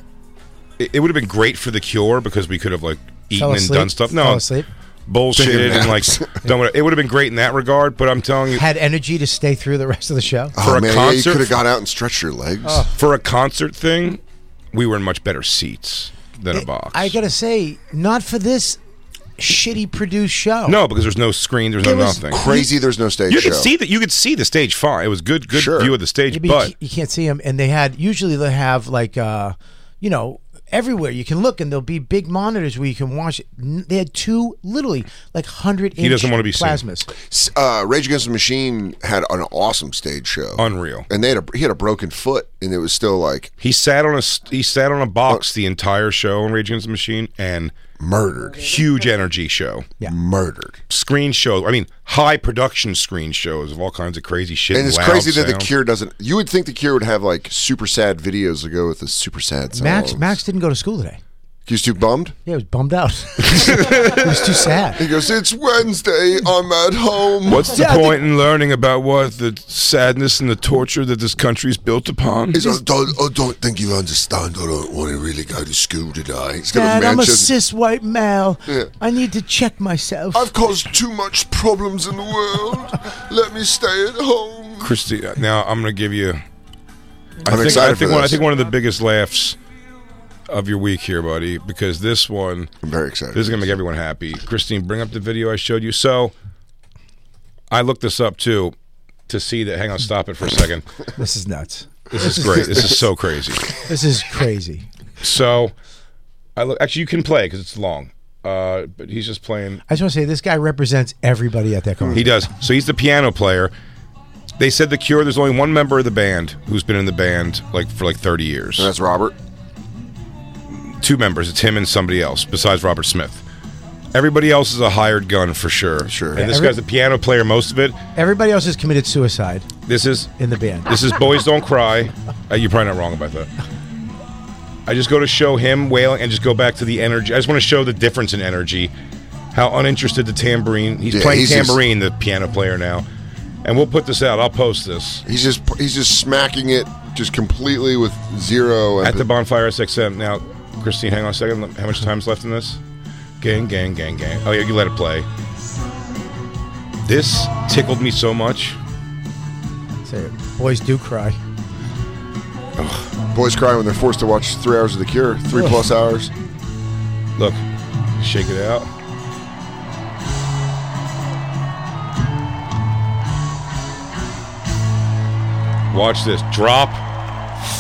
B: it, it would have been great for the Cure because we could have like eaten
A: Fell
B: and
A: asleep.
B: done stuff. No,
A: Fell asleep.
B: bullshitted
A: Taking
B: and like
A: naps.
B: done whatever. It would have been great in that regard, but I'm telling you,
A: Had energy to stay through the rest of the show.
D: Oh.
B: for a concert,
D: could have got out and stretched your legs.
B: for a concert thing, we were in much better seats than a box.
A: I gotta say, not for this shitty produced show.
B: No, because there's no screen, there's
A: It
B: no
A: was
B: nothing.
D: crazy there's no stage
B: You could
D: show.
B: see that. You could see the stage fine. It was good, good view of the stage,
A: Yeah, but you
B: but
A: ca- you can't see them. And they had usually they have like, uh, you know, everywhere you can look, and there'll be big monitors where you can watch. it. N- They had two, literally like hundred.
D: He doesn't wanna be seen.
A: plasmas.
D: S- Uh, Rage Against the Machine had an awesome stage show,
B: unreal.
D: And they had a he had a broken foot, and it was still like
B: He sat on a st- he sat on a box the entire show on Rage Against the Machine and
D: murdered.
B: Huge energy show.
A: Yeah.
D: Murdered.
B: Screen show. I mean, high production screen shows of all kinds of crazy shit.
D: and it's
B: loud
D: crazy that the
B: sound.
D: Cure doesn't. You would think the Cure would have like super sad videos to go with the super sad songs.
A: Max Max didn't go to school today.
D: he was too bummed.
A: Yeah, he was bummed out. he was too sad.
D: He goes, "It's Wednesday. I'm at home."
B: What's the
D: Yeah, I think-
B: point in learning about what the sadness and the torture that this country's built upon?
C: He's like, don't,
D: oh,
C: I don't think you understand. I don't want to really go to school today. He's
A: Dad, I'm a cis white male.
C: Yeah.
A: I need to check myself.
C: I've caused too much problems in the world. Let me stay at home.
B: Christy, now I'm going to give you. I
D: I'm
B: think,
D: excited
B: I think
D: for
B: one, I
D: this.
B: think one of the biggest laughs of your week here, buddy, because this one.
D: I'm very excited.
B: This is going to make everyone happy. Christine, bring up the video I showed you. So I looked this up too to see that. Hang on, stop it for a second.
A: This is nuts.
B: This is great. This is so crazy.
A: This is crazy.
B: So I look. Actually, you can play because it's long. Uh, but he's just playing.
A: I just want to say this guy represents everybody at that concert.
B: He does. So he's the piano player. They said the Cure. There's only one member of the band who's been in the band like for like 30 years.
D: And that's Robert.
B: Two members. It's him and somebody else besides Robert Smith. Everybody else is a hired gun for sure. Sure. And this
A: Every-
B: guy's the piano player most of it.
A: Everybody else has committed suicide
B: This is
A: in the band.
B: This is Boys Don't Cry. Uh, you're probably not wrong about that. I just go to show him wailing and just go back to the energy. I just want to show the difference in energy. How uninterested the tambourine. He's
D: Yeah,
B: playing
D: he's just-
B: tambourine, the piano player now. And we'll put this out. I'll post this
D: He's just he's just smacking it just completely with zero.
B: at the bonfire SXM. Now, Christine, hang on a second. Let- How much time's left in this? Gang, gang, gang, gang. Oh yeah, you let it play. This tickled me so much.
A: Say it. Boys do cry.
D: Boys cry when they're forced to watch three hours of The Cure, three plus hours.
B: Look, shake it out. Watch this. Drop.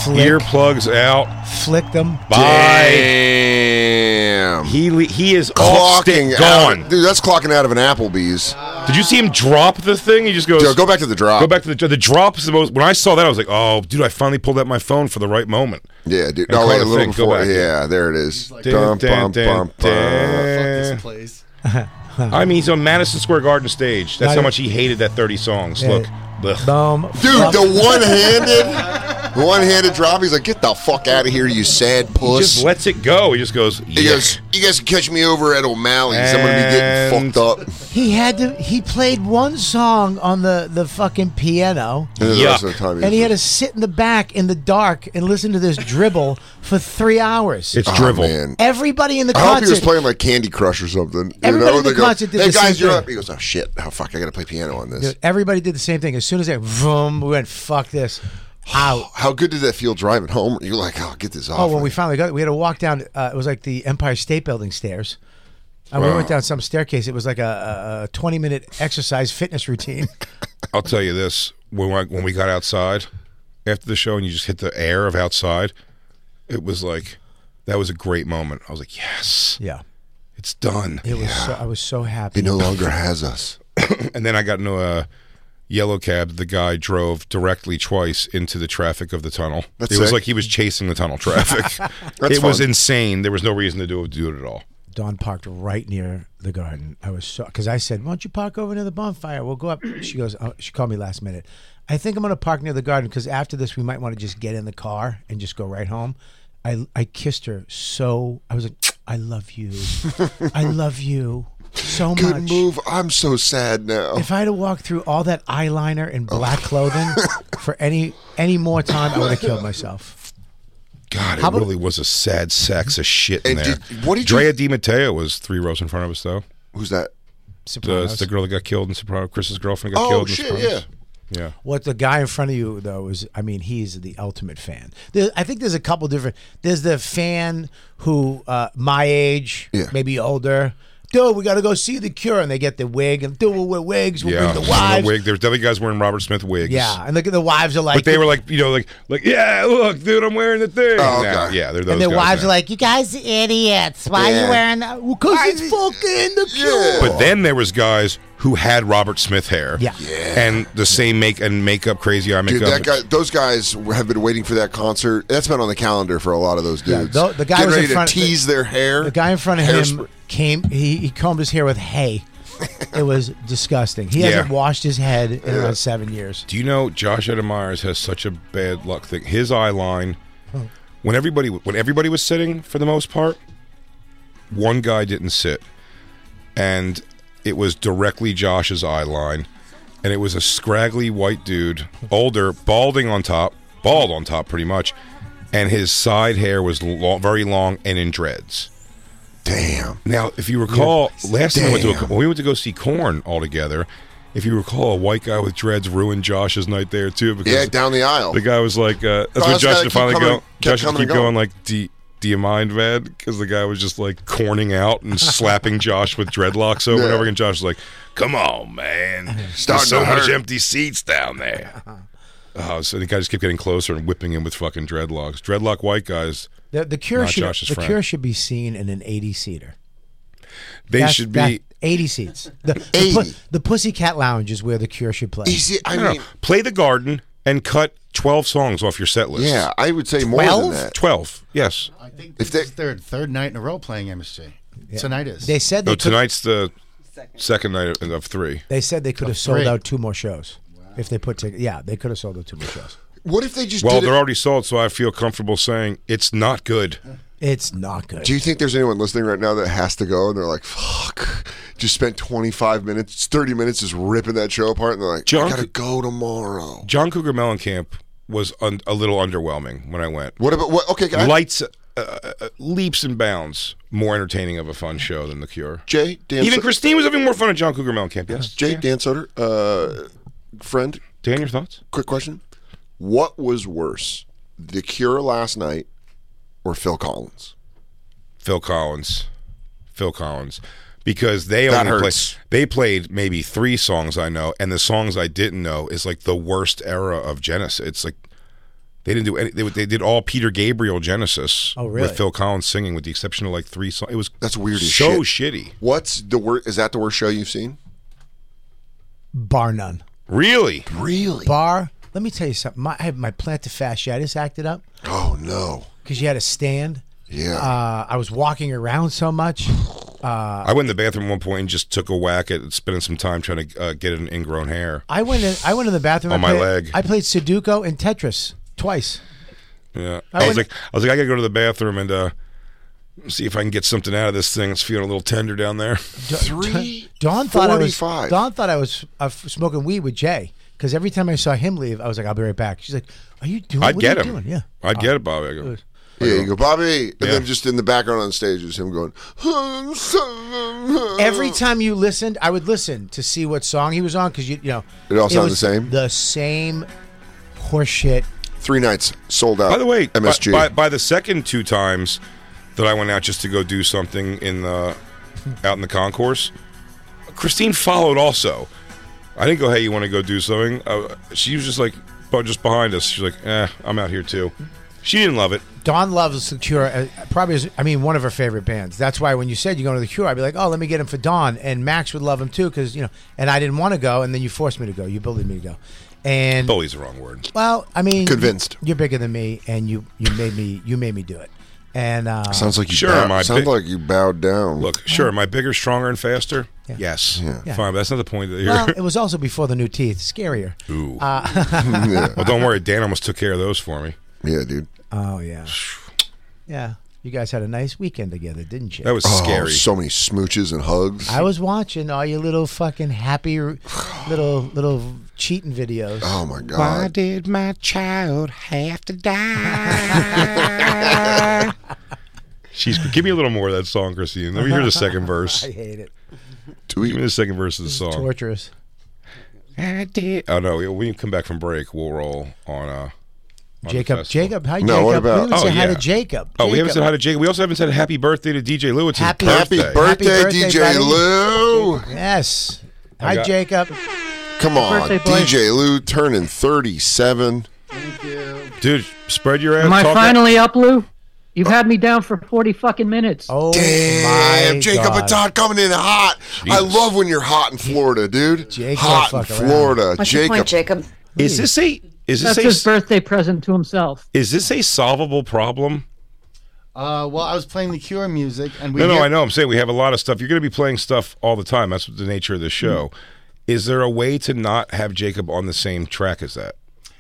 A: Flick.
B: Earplugs out.
A: Flick them.
B: Bye.
D: Damn.
B: He le- he is off
D: clocking
B: sta-
D: out.
B: gone.
D: Dude, that's clocking out of an Applebee's.
B: Did you see him drop the thing? He just goes.
D: Yo, go back to the drop.
B: Go back to the the drop is the most. When I saw that, I was like, "Oh, dude, I finally pulled out my phone for the right moment."
D: Yeah,
B: And
D: dude. No,
B: caught
D: wait a
B: the
D: little
B: thing. Go
D: before.
B: back.
D: yeah, there it is.
B: like-
D: Dum,
B: Dun,
D: bum,
B: dun,
D: bum, bum.
B: dun.
G: This place.
B: I mean, he's on Madison Square Garden stage. That's
A: Not
B: how
A: e-
B: much he hated that thirty songs.
A: Yeah.
B: Look, Blech.
A: Bum.
D: Dude, the one-handed, the one-handed drop. He's like, "Get the fuck out of here, you sad
B: he
D: puss."
B: just lets it go. He just goes.
C: You guys, you guys can catch me over at O'Malley's. I'm gonna be getting
B: And-
C: fucked up.
A: He had to. He played one song on the the fucking piano,
D: and then the rest
B: yuck.
D: of the time, he's
A: and he had
D: just-
A: to sit in the back in the dark and listen to this dribble for three hours.
B: It's
D: Oh,
B: drivel.
D: man.
A: Everybody in the
D: I hope he was
A: concert.
D: playing like Candy Crush or something.
A: Everybody
D: you know,
A: in the
D: they go,
A: concert did
D: hey
A: the same
D: guys, you're
A: thing.
D: up. He goes, "Oh shit, oh fuck, I gotta play piano on this."
A: Dude, everybody did the same thing. As soon as they vroom, we went fuck this. out.
D: How good did that feel driving home? You're like, oh, get this
A: Oh,
D: off.
A: when we finally got it, we had to walk down. Uh, it was like the Empire State Building stairs. And we
B: Wow.
A: went down some staircase. It was like a, a- a 20 minute exercise fitness routine.
B: I'll tell you this: when I, when we got outside after the show, and you just hit the air of outside, it was like that was a great moment. I was like, yes,
A: yeah,
B: it's done.
A: It was. So, I was so happy.
D: He no longer has us.
B: and then I got into a yellow cab. The guy drove directly twice into the traffic of the tunnel.
D: That's
B: it was
D: sick.
B: like he was chasing the tunnel traffic.
D: That's
B: it was
D: fun.
B: insane. There was no reason to do, do it at all.
A: Dawn parked right near the garden. I was so because I said, "Why don't you park over near the bonfire? We'll go up." She goes. Oh, she called me last minute. I think I'm going to park near the garden because after this, we might want to just get in the car and just go right home. I I kissed her so I was like, "I love you, I love you so
D: Good
A: much."
D: move. I'm so sad now.
A: If I had to walk through all that eyeliner and black clothing for any any more time, I would have killed myself.
B: God, it
A: How about-
B: really was a sad sacks of shit in
D: And
B: there.
D: did- what did
B: Drea
D: you-
B: Di Matteo was three rows in front of us, though.
D: Who's that?
B: The,
A: Sopranos.
B: uh, it's the girl that got killed in Soprano. Chris's girlfriend got
D: Oh,
B: killed in
D: shit,
B: Sopranos. Yeah. Yeah.
A: What the guy in front of you though is, I mean, he's the ultimate fan. There, I think there's a couple different. There's the fan who uh, my age,
D: Yeah.
A: maybe older. Dude, we got to go see the Cure, and they get the wig, and dude, we'll wear wigs, we'll
B: Yeah,
A: bring the
B: wearing a
A: wives,
B: wig. There was definitely guys wearing Robert Smith wigs.
A: yeah, and look at the wives are like,
B: but they were like, you know, like, like, yeah, look, dude, I'm wearing the thing.
D: Oh,
B: Nah,
D: okay.
B: yeah, they're those.
A: and their
B: guys
A: wives
B: now.
A: are like, you guys are idiots. Why are
D: Yeah.
A: you wearing that? Because it's fucking the Cure.
B: But then there was guys who had Robert Smith hair.
A: Yeah.
B: And the same make and makeup, crazy eye makeup.
D: Dude, that guy, those guys have been waiting for that concert. That's been on the calendar for a lot of those dudes.
A: the- the guy
D: Getting
A: was in
D: ready
A: front-
D: to tease their hair.
A: The guy in front of
D: Hairspray.
A: him came. He, he combed his hair with hay. it was disgusting. He hasn't
B: Yeah.
A: washed his head in around seven years.
B: Do you know Josh Eda Myers has such a bad luck thing? His eye line, when everybody when everybody was sitting for the most part, one guy didn't sit, and it was directly Josh's eye line, and it was a scraggly white dude, older, balding on top, bald on top, pretty much, and his side hair was lo- very long and in dreads.
D: Damn.
B: Now, if you recall, last time we went, to a,
D: Damn.
B: when we went to go see Corn all together, if you recall, a white guy with dreads ruined Josh's night there too. Because
D: Yeah, down the aisle.
B: the guy was like, uh, that's
D: Oh,
B: when Josh
D: that's gotta
B: had
D: keep
B: finally
D: coming-
B: go. Josh
D: kept
B: had to
D: coming
B: keep
D: and
B: going
D: going.
B: like, do, do you mind, man? Because the guy was just like corning out and slapping Josh with dreadlocks over and
D: Yeah.
B: over again. Josh was like, come on, man. There's
D: Starting
B: so
D: to
B: much
D: hurt."
B: empty seats down there. Oh, so the guy just kept getting closer and whipping him with fucking dreadlocks. Dreadlock white guys,
A: The, the cure
B: Not
A: should
B: Josh's
A: the
B: friend.
A: cure should be seen in an eighty seater.
B: they should be.
A: eighty seats. The, the, pu-
D: 80.
A: the Pussycat Lounge is where the cure should play.
D: Is it- I
B: No, no,
D: mean,
B: play the garden and cut 12 songs off your set list.
D: yeah, I would say more than
B: 12?
D: that.
B: 12, yes.
G: I think
D: If
G: this
D: they-
G: is third third night in a row playing MSG. Tonight is.
A: They said they
B: No,
A: could,
B: tonight's the second night of, of three.
A: they said they could have sold
G: Three.
A: out two more shows if they put tickets. Yeah, they could have sold out two more shows.
D: What if they just
B: Well,
D: did
B: they're
D: it?
B: already sold, so I feel comfortable saying it's not good.
A: It's not good.
D: Do you think there's anyone listening right now that has to go and they're like, fuck, just spent 25 minutes, 30 minutes just ripping that show apart and they're like,
B: Junk-
D: I gotta go tomorrow.
B: John Cougar Mellencamp was un- a little underwhelming when I went.
D: What about, what, okay, can I,
B: Lights, uh, uh, uh, leaps and bounds more entertaining of a fun show than The Cure.
D: Jay, Dan,
B: Even
D: So-
B: Christine was having more fun at John Cougar Mellencamp. Yes.
D: Jay, Dan Soder, uh, friend,
B: Dan, your thoughts?
D: quick question. What was worse, The Cure last night or Phil Collins?
B: Phil Collins, Phil Collins, because they
D: That
B: only
D: hurts.
B: played. They played maybe three songs I know, and the songs I didn't know is like the worst era of Genesis. It's like they didn't do any. They, they did all Peter Gabriel Genesis.
A: Oh, really?
B: With Phil Collins singing, with the exception of like three songs. It was
D: That's weird as
B: So
D: shit.
B: shitty.
D: What's the worst, is that the worst show you've seen?
A: Bar none.
B: Really?
D: Really?
A: Bar. Let me tell you something. My I had my plantar fasciitis acted up
D: Oh, no.
A: because you had to stand.
D: Yeah.
A: Uh, I was walking around so much.
B: I went in the bathroom at one point and just took a whack at spending some time trying to uh, get an ingrown hair.
A: I went in. I went in the bathroom.
B: On
A: I
B: my
A: played-
B: leg.
A: I played Sudoku and Tetris twice.
B: Yeah.
A: I
B: I, was
A: went-
B: like, I was like, I gotta go to the bathroom and uh, see if I can get something out of this thing. It's feeling a little tender down there.
D: Three.
A: Uh, Don thought I was.
D: 45.
A: Don thought I was uh, f- smoking weed with Jay because every time I saw him leave, I was like, "I'll be right back." She's like, "Are you doing?
B: I'd
A: what
B: get
A: are
B: him.
A: you Doing? Yeah,
B: I'd get it, Bobby. I go,
D: Yeah, you go, Bobby. And
B: Yeah.
D: then just in the background on stage is him going, "I'm so-"
B: Oh.
A: Every time you listened, I would listen to see what song he was on because you, you know
D: It all sounded
A: was
D: the same?
A: The same horseshit
D: Three nights sold out.
B: By the way, by-
D: MSG.
B: By, by, the second two times that I went out just to go do something in the out in the concourse, Christine followed also. I didn't go, hey, you want to go do something? Uh, she was just like, bu- just behind us. She's like, eh, I'm out here too. She didn't love it.
A: Dawn loves The Cure. uh, Probably, is, I mean, one of her favorite bands. That's why when you said you're going to The Cure, I'd be like, oh, let me get him for Dawn. And Max would love him too, because, you know, and I didn't want to go, and then you forced me to go. You bullied me to go. And
B: Bully's the wrong word.
A: Well, I mean,
D: Convinced.
A: You're bigger than me, and you you made me you made me do it. And uh,
D: sounds like you
B: Sure,
D: bowed,
B: am I
D: sounds
B: big-
D: like you bowed down.
B: Look, sure, am I bigger, stronger, and faster? Yes.
A: Yeah.
B: Fine, but that's not the point here.
A: well, it was also before the new teeth. Scarier.
B: Ooh.
A: Uh,
B: Well, don't worry. Dan almost took care of those for me.
D: Yeah, dude.
A: Oh yeah. Yeah, you guys had a nice weekend together, didn't you?
B: That was
D: Oh,
B: scary.
D: So many smooches and hugs.
A: I was watching all your little fucking happy, r- little little cheating videos.
B: Uh,
D: Oh my god.
J: did my child have to die?
B: She's give me a little more of that song, Christine. Let me hear the second verse.
A: I hate it.
B: Give me the second verse of the song.
A: Torturous.
J: I did.
B: Oh no! When you come back from break, we'll roll on uh, on the
A: Jacob,
B: festival.
A: Jacob, hi Jacob. We haven't said hi to Jacob.
B: Oh, we haven't
A: Jacob.
B: said hi to Jacob. We also haven't said happy birthday to DJ Lou. It's
A: Happy-
B: his
A: Happy
B: birthday.
D: birthday, DJ
A: buddy.
D: Lou.
A: Yes.
D: I
A: Hi,
D: got-
A: Jacob.
D: Come on,
A: Birthday boy.
D: DJ Lou turning 37.
B: Dude, spread your ass.
K: Am I finally up, Lou? You've had me down for 40 fucking minutes.
A: Oh,
D: Damn, Jacob and Todd coming in hot. I love when you're hot in Florida, dude. hot in
A: fuck around.
D: Florida,
K: What's your
D: Jacob.
K: point, Jacob?
B: Is this a is
K: That's
B: this
K: his
B: a
K: birthday present to himself.
B: is this a solvable problem?
G: Uh, well, I was playing the Cure music, and we
B: No, no,
G: hear-
B: I know. I'm saying we have a lot of stuff. You're going to be playing stuff all the time. That's the nature of the show. Is there a way to not have Jacob on the same track as that?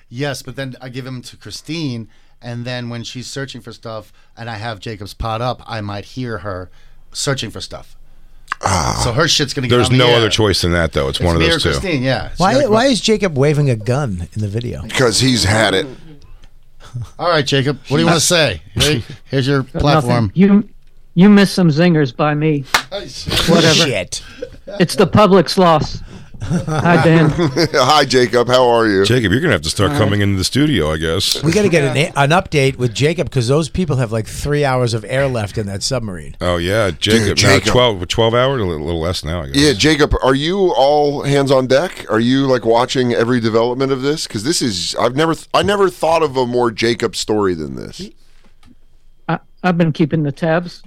G: Yes, but then I give him to Christine, and then when she's searching for stuff, and I have Jacob's pot up, I might hear her searching for stuff. So her shit's gonna get.
B: Ah. There's
G: on the
B: no
G: air.
B: other choice than that, though. It's,
G: It's
B: one of
G: me
B: those
G: or
B: two.
G: Christine, yeah.
A: Why, why is Jacob waving a gun in the video?
D: Because he's had it.
G: All right, Jacob. What do you want to say? Here- here's your platform.
K: Nothing. You you missed some zingers by me. Whatever.
A: Shit.
K: It's the public's loss. Hi, Dan.
D: Hi, Jacob. How are you?
B: Jacob, you're going to have to start coming into the studio, I guess.
A: We got to get an, an update with Jacob because those people have like three hours of air left in that submarine.
B: Oh yeah, Jacob. Now
D: Jacob.
B: 12, 12 hours, a little, little less now. I guess.
D: Yeah, Jacob, are you all hands on deck? Are you like watching every development of this? Because this is I've never th- I never thought of a more Jacob story than this.
K: I, I've been keeping the tabs.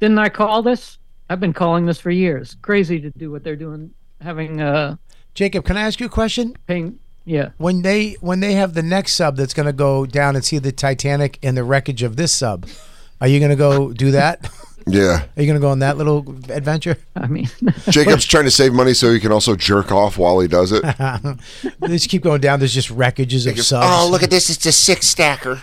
K: Didn't I call this? I've been calling this for years. Crazy to do what they're doing, having uh,
A: Jacob, can I ask you a question?
K: paying. Yeah.
A: When they when they have the next sub that's going to go down and see the Titanic and the wreckage of this sub, are you going to go do that?
D: Yeah,
A: Are you going to go on that little adventure?
K: I mean,
D: Jacob's trying to save money so he can also jerk off while he does it.
A: they just keep going down. There's just wreckages of subs.
J: Oh, look at this. It's a six stacker.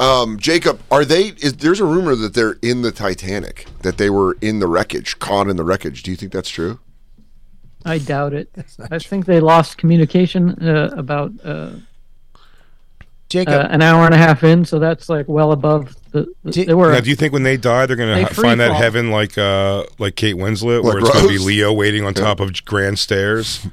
D: Um, Jacob, are they? Is, there's a rumor that they're in the Titanic, that they were in the wreckage, caught in the wreckage. Do you think that's true?
K: I doubt it. I think they lost communication uh, about uh,
A: Jacob,
K: uh, an hour and a half in, so that's like well above the. the they were.
B: Now, do you think when they die, they're going
K: They
B: to find that
K: freefall.
B: heaven like uh, like Kate Winslet,
D: Like
B: where it's going to be
D: Rose?
B: Leo waiting on top of grand stairs?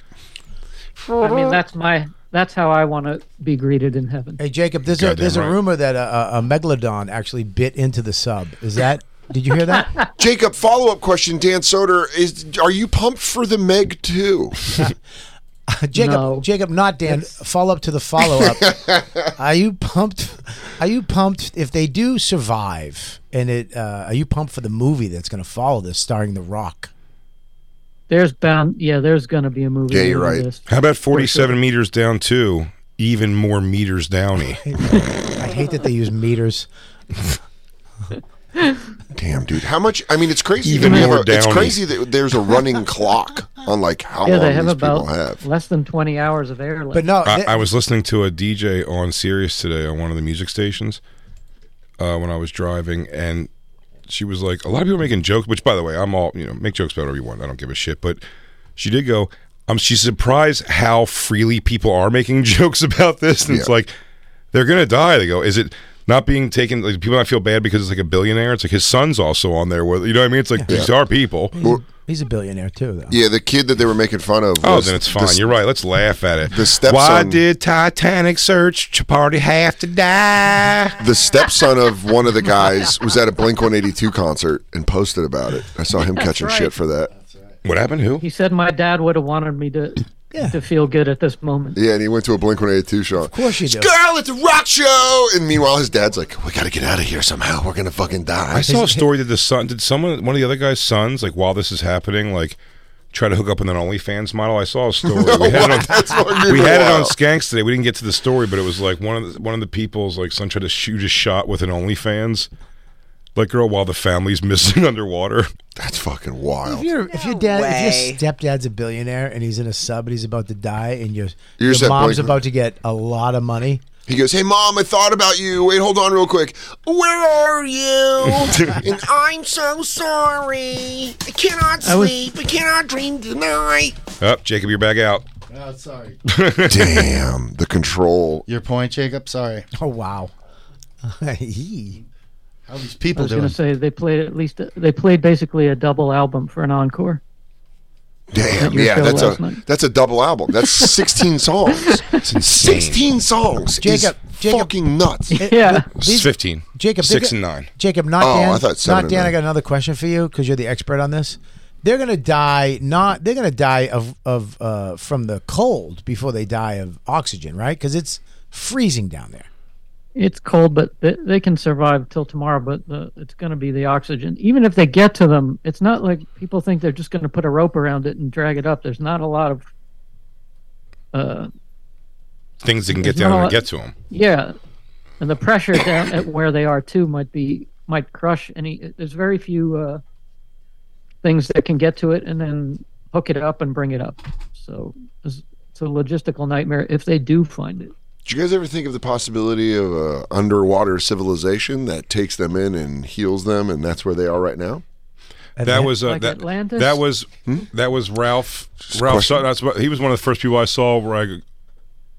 K: I mean, that's my. That's how I want to be greeted in heaven.
A: Hey Jacob, there's a
B: Goddamn
A: there's
B: right.
A: a rumor that a, a, a megalodon actually bit into the sub. Is that? Did you hear that?
D: Jacob, follow up question, Dan Soder is: Are you pumped for the Meg Two?
A: Jacob,
K: No.
A: Jacob, not Dan. Follow up to the follow up. are you pumped? Are you pumped if they do survive? And it uh, are you pumped for the movie that's going to follow this, starring The Rock?
K: There's bound. Yeah, there's going to be a movie. made of This.
B: How about forty-seven meters down too? Even more meters downy.
A: I hate that they use meters.
D: Damn, dude, how much? I mean, it's crazy.
B: Even
D: that we
B: more
D: have a- it's
B: downy.
D: crazy that there's a running clock on like how
K: Yeah,
D: long
K: they have
D: these
K: about
D: people have.
K: less than 20 hours of air left.
A: But no,
B: I,
A: th-
B: I was listening to a DJ on Sirius today on one of the music stations uh, when I was driving, and she was like, "A lot of people are making jokes." Which, by the way, I'm all you know, make jokes about whatever you want. I don't give a shit. But she did go, "I'm." She's surprised how freely people are making jokes about this, and it's
D: Yeah.
B: like they're gonna die. They go, "Is it?" Not being taken, like people not feel bad because it's like a billionaire. It's like his son's also on there. Where you know what I mean? It's like these are people.
A: He's a billionaire too, though.
D: Yeah, the kid that they were making fun of.
B: Oh,
D: was
B: then it's fine.
D: the-
B: You're right. Let's laugh at it.
D: The stepson.
B: Why did Titanic search to party have to die?
D: The stepson of one of the guys was at a Blink 182 concert and posted about it. I saw him
K: That's
D: catching
K: right.
D: shit for that.
B: What happened? Who?
K: He said my dad would have wanted me to to feel good at this moment.
D: Yeah, and he went to a Blink 182 show. Of
A: course you do.
D: Girl, it's a rock show. And meanwhile, his dad's like, "We gotta get out of here somehow. We're gonna fucking die."
B: I saw a story that the son did someone one of the other guy's sons like while this is happening like try to hook up with an OnlyFans model. I saw a story. we had, it,
D: That's
B: on,
D: fucking
B: we had it on
D: wild.
B: Skanks today. We didn't get to the story, but it was like one of the, one of the people's like son tried to shoot a shot with an OnlyFans like girl while the family's missing underwater.
D: That's fucking
A: If
D: wild.
A: your if your dad
F: way.
A: if your stepdad's a billionaire and he's in a sub and he's about to die and your
D: You're
A: your
D: set
A: mom's
D: point.
A: about to get a lot of money.
D: He goes, "Hey mom, I thought about you. Wait, hold on, real quick.
J: Where are you? and I'm so sorry. I cannot
B: I was-
J: sleep. I cannot dream tonight.
B: Up, Jacob, you're back out.
G: Oh, sorry.
D: Damn, the control.
G: Your point, Jacob. Sorry.
A: Oh wow. Yee.
G: How these
K: I
G: people
K: was going
G: doing?
K: to say they played at least they played basically a double album for an encore.
D: Damn,
K: At your
D: yeah,
K: show
D: that's
K: last
D: a
K: night.
D: that's a double album. That's 16 songs. 16 songs.
A: Jacob,
D: is
A: Jacob-
D: fucking nuts.
K: Yeah.
A: These-
B: Fifteen.
A: Jacob, they're
B: Six
A: go-
B: and nine.
A: Jacob, not
D: Oh,
A: Dan.
D: I thought seven
A: not
D: and
A: Dan. I
D: nine.
A: got another question for you because you're the expert on this. They're gonna die not. They're gonna die of of uh, from the cold before they die of oxygen, right? Because it's freezing down there.
K: It's cold, but they, they can survive till tomorrow. But the, it's going to be the oxygen. Even if they get to them, it's not like people think they're just going to put a rope around it and drag it up. There's not a lot of. Uh,
B: Things that can get
K: There's
B: down
K: no-
B: and get to him.
K: yeah, and the pressure down at where they are too might be might crush any. There's very few uh, things that can get to it and then hook it up and bring it up. So it's, it's a logistical nightmare if they do find it.
D: Did you guys ever think of the possibility of a underwater civilization that takes them in and heals them, and that's where they are right now?
B: That was uh,
K: Like
B: that,
K: Atlantis?
B: that was hmm? that was Ralph
D: Just a
B: Ralph
D: question.
B: Sutton. That's what- he was one of the first people I saw where I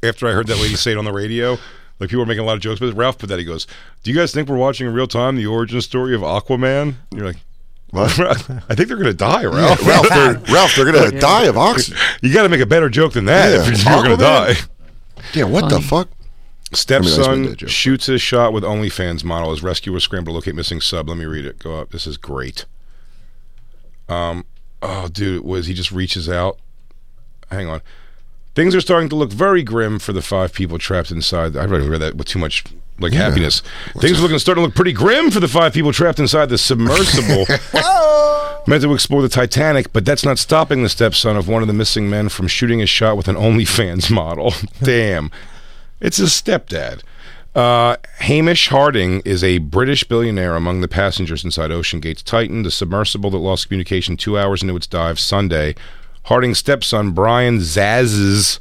B: after I heard that lady say it on the radio. Like people were making a lot of jokes, but Ralph put that he goes, "Do you guys think we're watching in real time the origin story of Aquaman?" And you're like, I think they're gonna die, Ralph.
D: Oh, Ralph, they're, Ralph, they're gonna die of oxygen.
B: you got to make a better joke than that
D: Yeah.
B: if you're gonna die.
D: Aquaman? Yeah, what the fuck? I mean, I just made
B: Stepson
D: that joke.
B: shoots his shot with OnlyFans model as rescuers scramble to locate missing sub. Let me read it. Go up. This is great. Um, oh, dude, it was he just reaches out? Hang on. Things are starting to look very grim for the five people trapped inside. I already read that with too much like happiness. Things are looking starting to look pretty grim for the five people trapped inside the submersible. Meant to explore the Titanic, but that's not stopping the stepson of one of the missing men from shooting a shot with an OnlyFans model. Damn. It's his stepdad. Uh, Hamish Harding is a British billionaire among the passengers inside Ocean Gate's Titan, the submersible that lost communication two hours into its dive Sunday. Harding's stepson, Brian Zazes,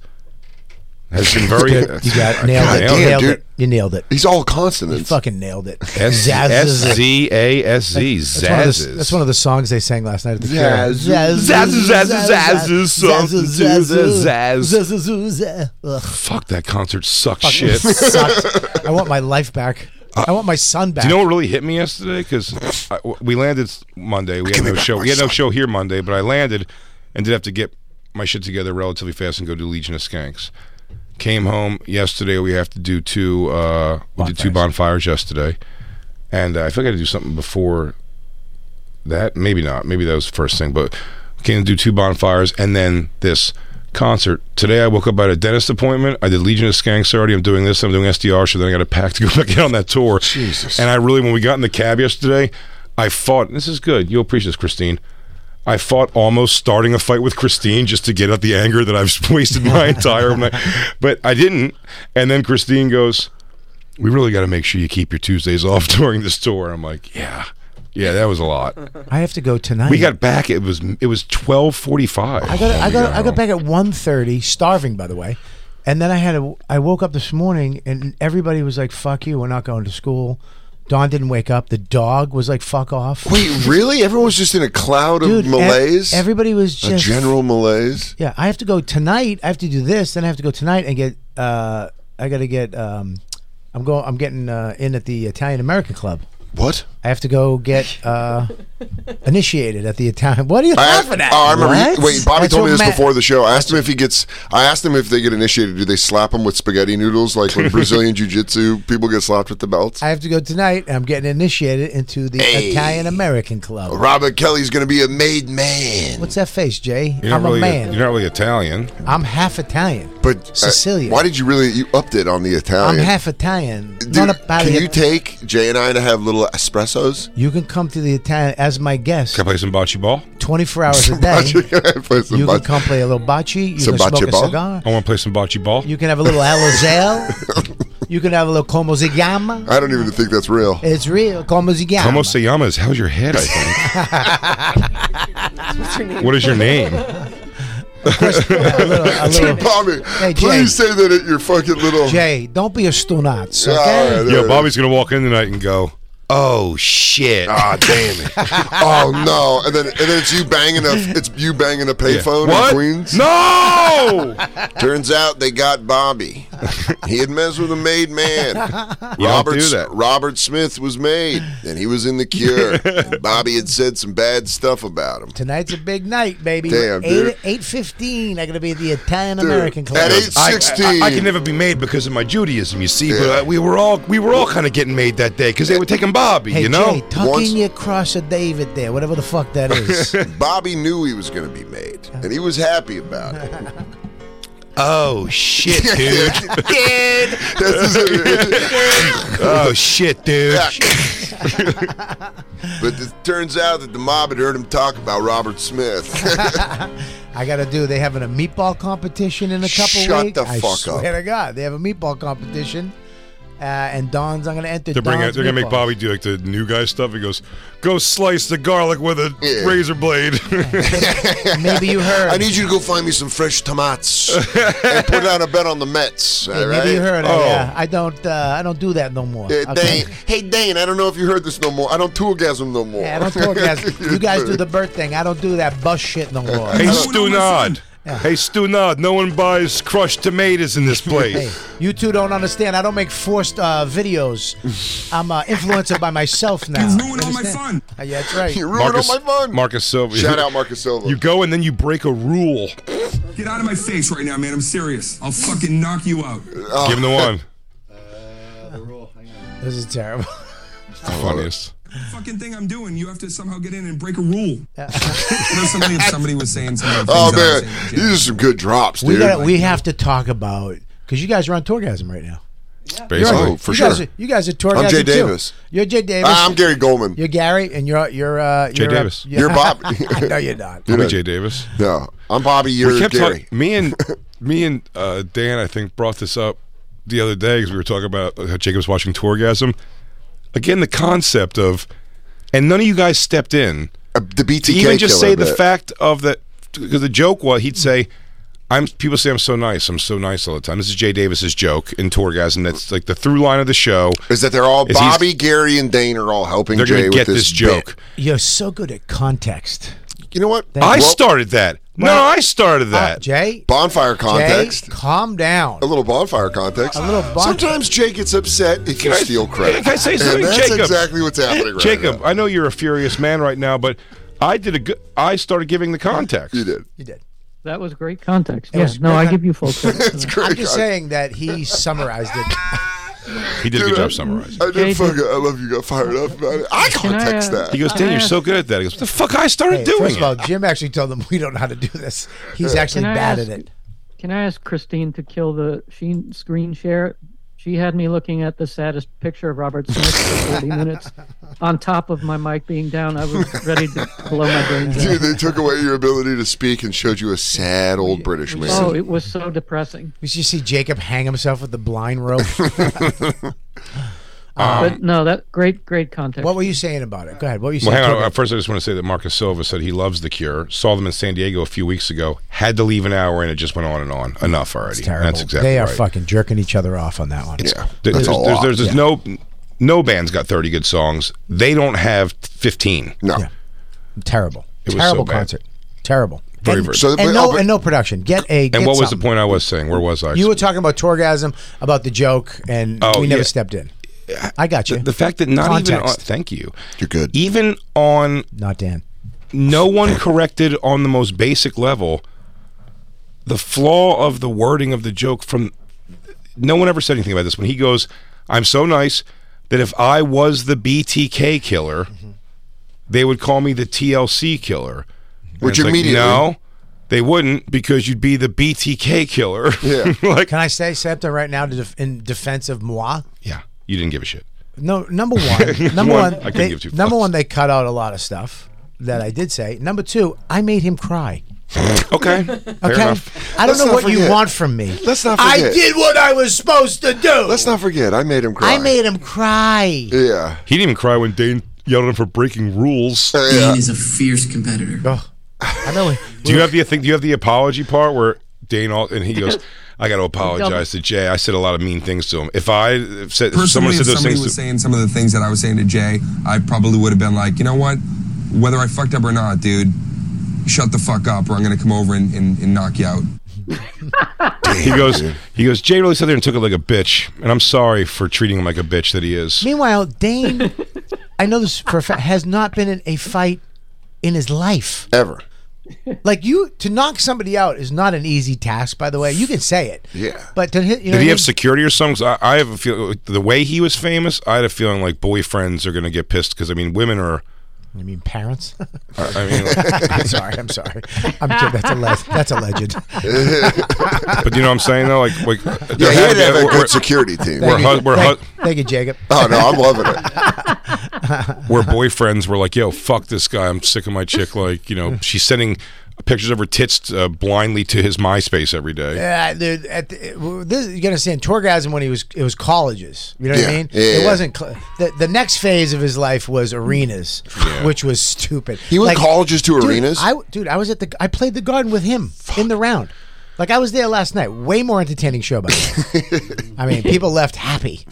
B: has been very.
A: You got nailed
B: God
A: it.
B: damn,
A: you nailed
B: dude.
A: it. You nailed it.
D: He's all
A: You
D: consonants.
A: fucking nailed it.
B: S
A: Zazzes it.
B: Z A S Z
A: That's one, of the, that's
B: Zazzes.
A: one of the songs they sang last night at the Cure.
D: Zazzes.
B: Zazzes, zazzes, zazzes, something to the zazz.
A: Zazzes, zazzes.
B: Fuck that concert sucks
A: Fucking
B: shit. Uh,
A: sucked. I want my life back. I want my son back.
B: Do you know what really hit me yesterday? Because we landed s- Monday. We had no show. We had no show here Monday, but I landed and did have to get my shit together relatively fast and go do Legion of Skanks. Came home yesterday. We have to do two. Uh, we did two bonfires yesterday, and uh, I feel like I had to do something before that. Maybe not. Maybe that was the first thing. But came to do two bonfires and then this concert today. I woke up at a dentist appointment. I did Legion of Skanks already. I'm doing this. I'm doing SDR. So then I got a pack to go back out on that tour. Jesus. And I really, when we got in the cab yesterday, I fought. This is good. You'll appreciate this, Christine. I fought almost starting a fight with Christine just to get out the anger that I've wasted my entire night, but I didn't. And then Christine goes, "We really got to make sure you keep your Tuesdays off during this tour." I'm like, "Yeah, yeah, that was a lot."
A: I have to go tonight.
B: We got back. It was it was twelve forty five.
A: I got I got I got back at 1.30, starving by the way. And then I had a I woke up this morning and everybody was like, "Fuck you, we're not going to school." Dawn didn't wake up. The dog was like, "Fuck off."
D: Wait, really? Everyone was just in a cloud
A: Dude,
D: of
A: ev-
D: malaise.
A: everybody was
D: a
A: just-
D: general malaise.
A: Yeah, I have to go tonight. I have to do this. Then I have to go tonight and get. Uh, I got to get. Um, I'm going. I'm getting uh, in at the Italian American Club.
D: What?
A: I have to go get uh, initiated at the Italian. What are you
D: I asked-
A: laughing at?
D: Oh, I remember.
A: What?
D: Wait, Bobby
A: That's
D: told me
A: what
D: this
A: Ma-
D: before the show. I asked him if he gets. I asked him if they get initiated. Do they slap him with spaghetti noodles like when Brazilian jiu-jitsu people get slapped with the belts?
A: I have to go tonight. and I'm getting initiated into the
D: Hey.
A: Italian American Club.
D: Robert Kelly's going to be a made man.
A: What's that face, Jay?
D: You're not
A: I'm
D: really
A: a
D: a-
A: man.
B: You're not really Italian.
A: I'm half Italian.
D: But uh,
A: Sicilian.
D: why did you really you upped it on the
A: I'm
D: Italian?
A: half Italian.
D: Dude,
A: Not a-
D: can you take Jay and I to have little espressos?
A: You can come to the Italian as my guest.
B: Can I play some bocce ball?
A: 24 hours a day.
D: Bocce- play some
A: you
D: bocce-
A: can come play a little bocce. You
B: Some
A: can smoke
B: bocce
A: a
B: ball?
A: cigar.
B: I want to play some bocce ball.
A: You can have a little Alizal. you can have a little Como si llama.
D: I don't even think that's real.
A: It's real. Como si llama.
B: Como se llama is how's your head, I think. what is your name?
A: little-
D: Dude, Bobby,
A: Hey, Jay.
D: please say that at your fucking little.
A: Jay, don't be a stunats,
D: Yeah,
A: okay?
D: all right,
B: Yo, Bobby's going to walk in tonight and go, oh, shit.
D: Ah, damn it. oh no! And then and then it's you banging a it's you banging a payphone
B: What?
D: in Queens.
B: No!
D: Turns out they got Bobby. He had messed with a made man.
B: You don't
D: Robert
B: do
D: S-
B: that.
D: Robert Smith was made, and he was in the Cure. And Bobby had said some bad stuff about him.
A: Tonight's a big night, baby.
D: Damn, dude.
A: eight eight fifteen. I'm gonna be at the Italian American Club.
D: at eight-
B: I- I-
D: 16.
B: I, can never be made because of my Judaism, you see.
D: Yeah.
B: But uh, we were all we were all kind of getting made that day because they were taking Bobby,
A: hey,
B: you know.
A: Jay, tucking your cross of David there, whatever the fuck that is.
D: Bobby knew he was going to be made, and he was happy about it.
B: oh shit, dude!
D: Kid, this is
B: oh shit, dude!
D: But it turns out that the mob had heard him talk about Robert Smith.
A: I gotta do. They having a meatball competition in a couple
D: Shut
A: weeks.
D: the
A: I
D: fuck up.
A: swear to God, they have a meatball competition. Uh, and Don's, I'm gonna enter.
B: They're bringing.
A: Don's
B: They're gonna make
A: meatballs.
B: Bobby do like the new guy stuff. He goes, "Go slice the garlic with a
D: Yeah.
B: razor blade."
A: Maybe you heard.
D: I need you to go find me some fresh tomats and put down a bet on the Mets.
A: Hey,
D: all right?
A: Maybe you heard.
D: Oh.
A: Oh. Yeah, I don't. Uh, I don't do that no more.
D: Yeah,
A: okay?
D: Dane. Hey, Dane, I don't know if you heard this no more. I don't toolgasm no more.
A: Yeah, I don't talk guys. You guys do the bird thing. I don't do that bus shit no more.
B: hey, Stu Nod. Hey, Stu Nod. No one buys crushed tomatoes in this
A: Hey,
B: place.
A: you two don't understand. I don't make forced uh, videos. I'm uh, influencer by myself now. You ruined all my fun. yeah, that's right.
D: You ruined all my fun.
B: Marcus Silva.
D: Shout out Marcus Silva.
B: You go and then you break a rule.
L: Get out of my face right now, man. I'm serious. I'll fucking knock you out.
B: Give
D: Oh.
B: him the one.
A: This is terrible.
B: Funniest.
L: Fucking thing I'm doing, you have to somehow get in and break a rule. I know somebody, somebody was saying something.
D: Oh man, these are some good drops,
A: We
D: dude.
A: got. We have to talk about because you guys are on tourgasm right now.
D: Basically.
A: You're on-
D: Oh, for
A: you
D: sure.
A: Guys are, you guys are tourgasm
D: I'm Jay
A: too.
D: Davis.
A: You're Jay Davis.
D: Ah, I'm Gary Goldman.
A: You're Gary, and you're you're uh,
B: Jay
A: you're, uh,
B: Davis.
A: yeah.
D: You're Bob.
A: no, you're not.
D: You're
B: Bobby
D: not.
B: J. Davis.
D: No, I'm Bobby. You're
B: we kept
D: Gary.
B: talk- me and me and uh, Dan, I think, brought this up the other day because we were talking about uh, how Jacob's watching Tourgasm. Again, the concept of, and none of you guys stepped in.
D: Uh, the BTK.
B: even just
D: killer
B: say the
D: bit.
B: fact of that because the joke was he'd say I'm people say I'm so nice I'm so nice all the time this is Jay Davis's joke in Torgasm that's like the through line of the show
D: is that they're all
B: is he's-
D: Bobby, Gary, and Dane are all helping
B: they're
D: Jay
B: gonna get
D: with
B: this,
D: this,
B: joke
A: You're so good at context.
D: bit. You know what?
A: Thank
B: I
A: you.
B: started that no
A: Well,
B: I started that
A: Uh, Jay,
D: bonfire context. Oh,
A: Jay, calm down.
D: A little bonfire context.
A: A little bonfire.
D: Sometimes Jay gets upset if you
B: Can I-
D: steal credit.
B: Can I say
D: And
B: something,
D: that's
B: Jacob?
D: exactly what's happening right
B: Jacob
D: now.
B: I know you're a furious man right now but I did a good I started giving the context
D: You did.
A: You did.
K: That was great context.
A: It
K: Yeah,
A: was
K: no,
A: great
K: I
A: con-
K: give you full credit. for that.
D: Great
A: I'm just
D: guy.
A: saying that he summarized it.
B: he did a
D: Dude,
B: good
D: I-
B: job summarizing
D: I
K: Jay
D: did fucking. I love you. Got fired up about it. I
K: Can I, uh,
D: context that.
B: he goes Dan you're so good at that he goes what the fuck I started
A: Hey,
B: doing
A: first of all,
B: it
A: Jim actually told them we don't know how to do this. He's actually
K: Can I
A: bad
K: ask-
A: at it.
K: Can I ask Christine to kill the sheen, screen share? She had me looking at the saddest picture of Robert Smith for 40 minutes on top of my mic being down. I was ready to blow my brains out.
D: Dude, they took away your ability to speak and showed you a sad old British man.
K: Oh, it was so depressing.
A: Did you see Jacob hang himself with the blind rope?
K: but no, that great, great context.
A: what were you saying about it? Go ahead. What were you
B: Well,
A: saying?
B: hang on.
A: Toby?
B: Uh, First, I just want to say that Marcus Silva said he loves The Cure. Saw them in San Diego a few weeks ago. Had to leave an hour, and it just went on and on. Enough already.
A: It's terrible.
B: That's exactly
A: they are
B: right.
A: fucking jerking each other off on that one.
D: yeah,
B: There- there's
D: that's a
B: there's,
D: lot.
B: there's,
A: yeah.
B: no no band's got 30 good songs. They don't have 15.
D: No.
A: Terrible.
B: It was so
A: Terrible
B: bad.
A: concert. Terrible.
B: Very,
A: and,
B: very-
D: So, but-
A: and no,
D: oh, but-
A: and no production. Get a.
B: And
A: get
B: what was the
A: something.
B: point I was saying? Where was I?
A: You were talking about Torgasm, about the joke, and
B: Oh,
A: we never
B: yeah.
A: stepped in. I got you.
B: The, the fact that not even on,
A: Context.
B: thank you. You're good. Even on
A: not Dan.
B: No one corrected on the most basic level the flaw of the wording of the joke from no one ever said anything about this when he goes I'm so nice that if I was the BTK killer they would call me the TLC killer And
D: Which
B: it's like,
D: immediately-
B: no they wouldn't because you'd be the BTK killer yeah
A: Can I say something right now to def- in defense of moi?
B: yeah you didn't give a shit
A: No, number one, number one,
B: One, I couldn't
A: they,
B: give two
A: number one, they cut out a lot of stuff that I did say. Number two, I made him cry. okay.
B: okay,
D: enough.
A: I don't
D: Let's
A: know
D: not
A: what you
D: forget.
A: want from me.
D: Let's not
A: I
D: forget.
A: did what I was supposed to do.
D: Let's not forget. I made him cry.
A: I made him cry.
D: Yeah.
B: He didn't even cry when Dane yelled at him for breaking rules.
D: Dan is
B: a fierce competitor.
A: I know.
B: Do you have the thing? Do you have the apology part where Dane all, and he goes, "I got to apologize to Jay. I said a lot of mean things to him. If I if said if
L: Personally,
B: someone said
L: if
B: those
L: somebody
B: things
L: was
B: to
L: saying some of the things that I was saying to Jay, I probably would have been like, you know what? Whether I fucked up or not, dude, shut the fuck up, or I'm gonna come over and, and, and knock you out.
B: he goes, he goes, Jay really sat there and took it like a bitch, and I'm sorry for treating him like a bitch that he is.
A: Meanwhile, Dane, I know this for a fact, has not been in a fight in his life.
D: Ever.
A: Like you to knock somebody out is not an easy task. By the way, you can say it,
D: Yeah.
A: but to hit, you know, what
B: Did
A: I
B: he have
A: mean?
B: security or something? 'Cause I, I have a feel the way he was famous. I had a feeling like boyfriends are going to get pissed because I mean women are.
A: You mean parents?
B: I I mean, like-
A: I'm sorry. I'm sorry. I'm kidding. That's a le- that's a legend.
B: but you know what I'm saying though, like, like
D: Yeah, he had to have a good security team.
B: We're, hu- we're, hu-
A: thank, thank you, Jacob.
D: Oh no, I'm loving it.
B: where boyfriends were like, "Yo, fuck this guy. I'm sick of my chick." Like, you know, she's sending pictures of her tits uh, blindly to his MySpace every day.
A: Yeah, dude. At the, well, this, you gotta understand, Torgasm when he was it was colleges. You know what I
D: Yeah,
A: mean?
D: yeah,
A: it
D: yeah.
A: wasn't cl- the the next phase of his life was arenas, which was stupid.
D: He went colleges to
A: dude,
D: arenas?
A: I dude, I was at the I played the garden with him in the round. Like I was there last night. Way more entertaining show by the way. I mean, people left happy.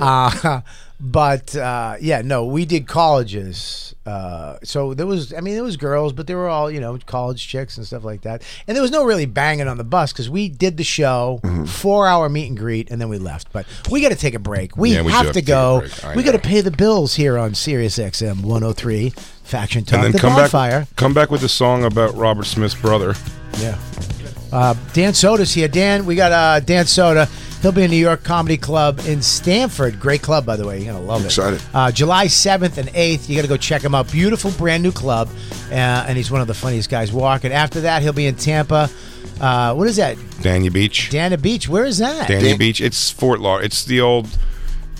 A: uh, but uh, yeah, no, we did colleges. Uh, so there was, I mean, there was girls, but they were all, you know, college chicks and stuff like that. And there was no really banging on the bus because we did the show,
B: Mm-hmm.
A: four hour meet and greet, and then we left. But we got to take a break. We,
B: Yeah, we do
A: have,
B: have
A: to
B: to take a
A: go.
B: break. I
A: We got to pay the bills here on Sirius XM 103 Faction Talk.
B: and then
A: the
B: come
A: bonfire.
B: back, come back with a song about Robert Smith's brother.
A: Yeah. Uh, Dan Soda's here. Dan, we got uh, Dan Soda. He'll be in New York Comedy Club in Stamford. Great club, by the way. You're going to love
D: Excited.
A: it. Uh, July 7th and 8th. You got to go check him out. Beautiful, brand new club. Uh, and he's one of the funniest guys walking. After that, he'll be in Tampa. Uh, what is that?
B: Dania Beach,
A: Dana Beach. Where is that?
B: Dania Beach. It's Fort Law. It's the old.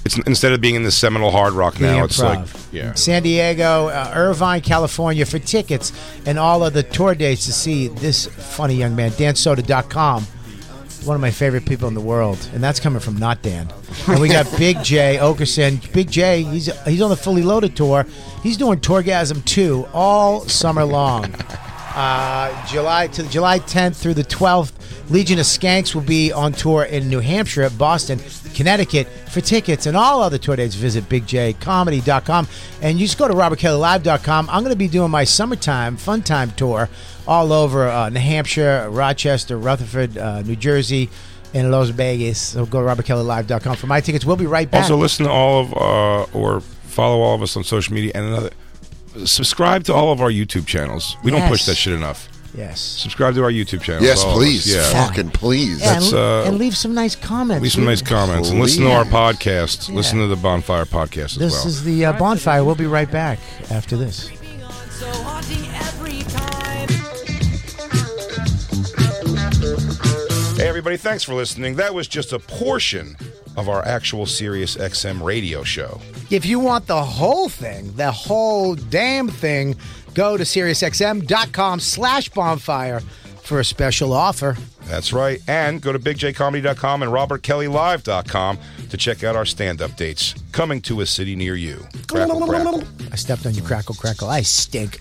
B: It's instead of being in the Seminole Hard Rock
A: The
B: now, it's like
A: Improv.
B: yeah.
A: San Diego, uh, Irvine, California for tickets and all of the tour dates to see this funny young man, dansoda.com. One of my favorite people in the world, and that's coming from not Dan. And we got Big J Okerson. Big J, he's he's on the Fully Loaded tour. He's doing Tourgasm 2 all summer long. Uh, July to July 10th through the 12th, Legion of Skanks will be on tour in New Hampshire, Boston, Connecticut. For tickets and all other tour dates, visit bigjcomedy.com and you just go to robertkellylive.com. I'm going to be doing my summertime fun time tour all over uh, New Hampshire, Rochester, Rutherford, uh, New Jersey, and Las Vegas. So go to robertkellylive.com for my tickets. We'll be right back.
B: Also, listen to all of uh, or follow all of us on social media and another. Subscribe to all of our YouTube channels. We don't push
A: Yes.
B: that shit enough.
A: Yes.
B: Subscribe to our YouTube channel.
D: Yes,
B: all of us.
D: please.
B: Yeah.
D: Fucking please.
A: Yeah,
B: That's,
A: and,
B: uh,
A: and leave some nice comments.
B: Leave some
A: Yeah.
B: nice comments and listen to our podcast.
A: Yeah.
B: Listen to the Bonfire podcast as
A: This
B: well.
A: is the uh, bonfire. We'll be right back after this.
B: Hey, everybody, thanks for listening. That was just a portion of our actual Sirius XM radio show.
A: If you want the whole thing, the whole damn thing, go to SiriusXM.com slash bonfire for a special offer.
B: That's right. And go to bigjcomedy.com and robertkellylive.com to check out our stand up dates coming to a city near you. Crackle, crackle.
A: I stepped on you, crackle, crackle. I stink.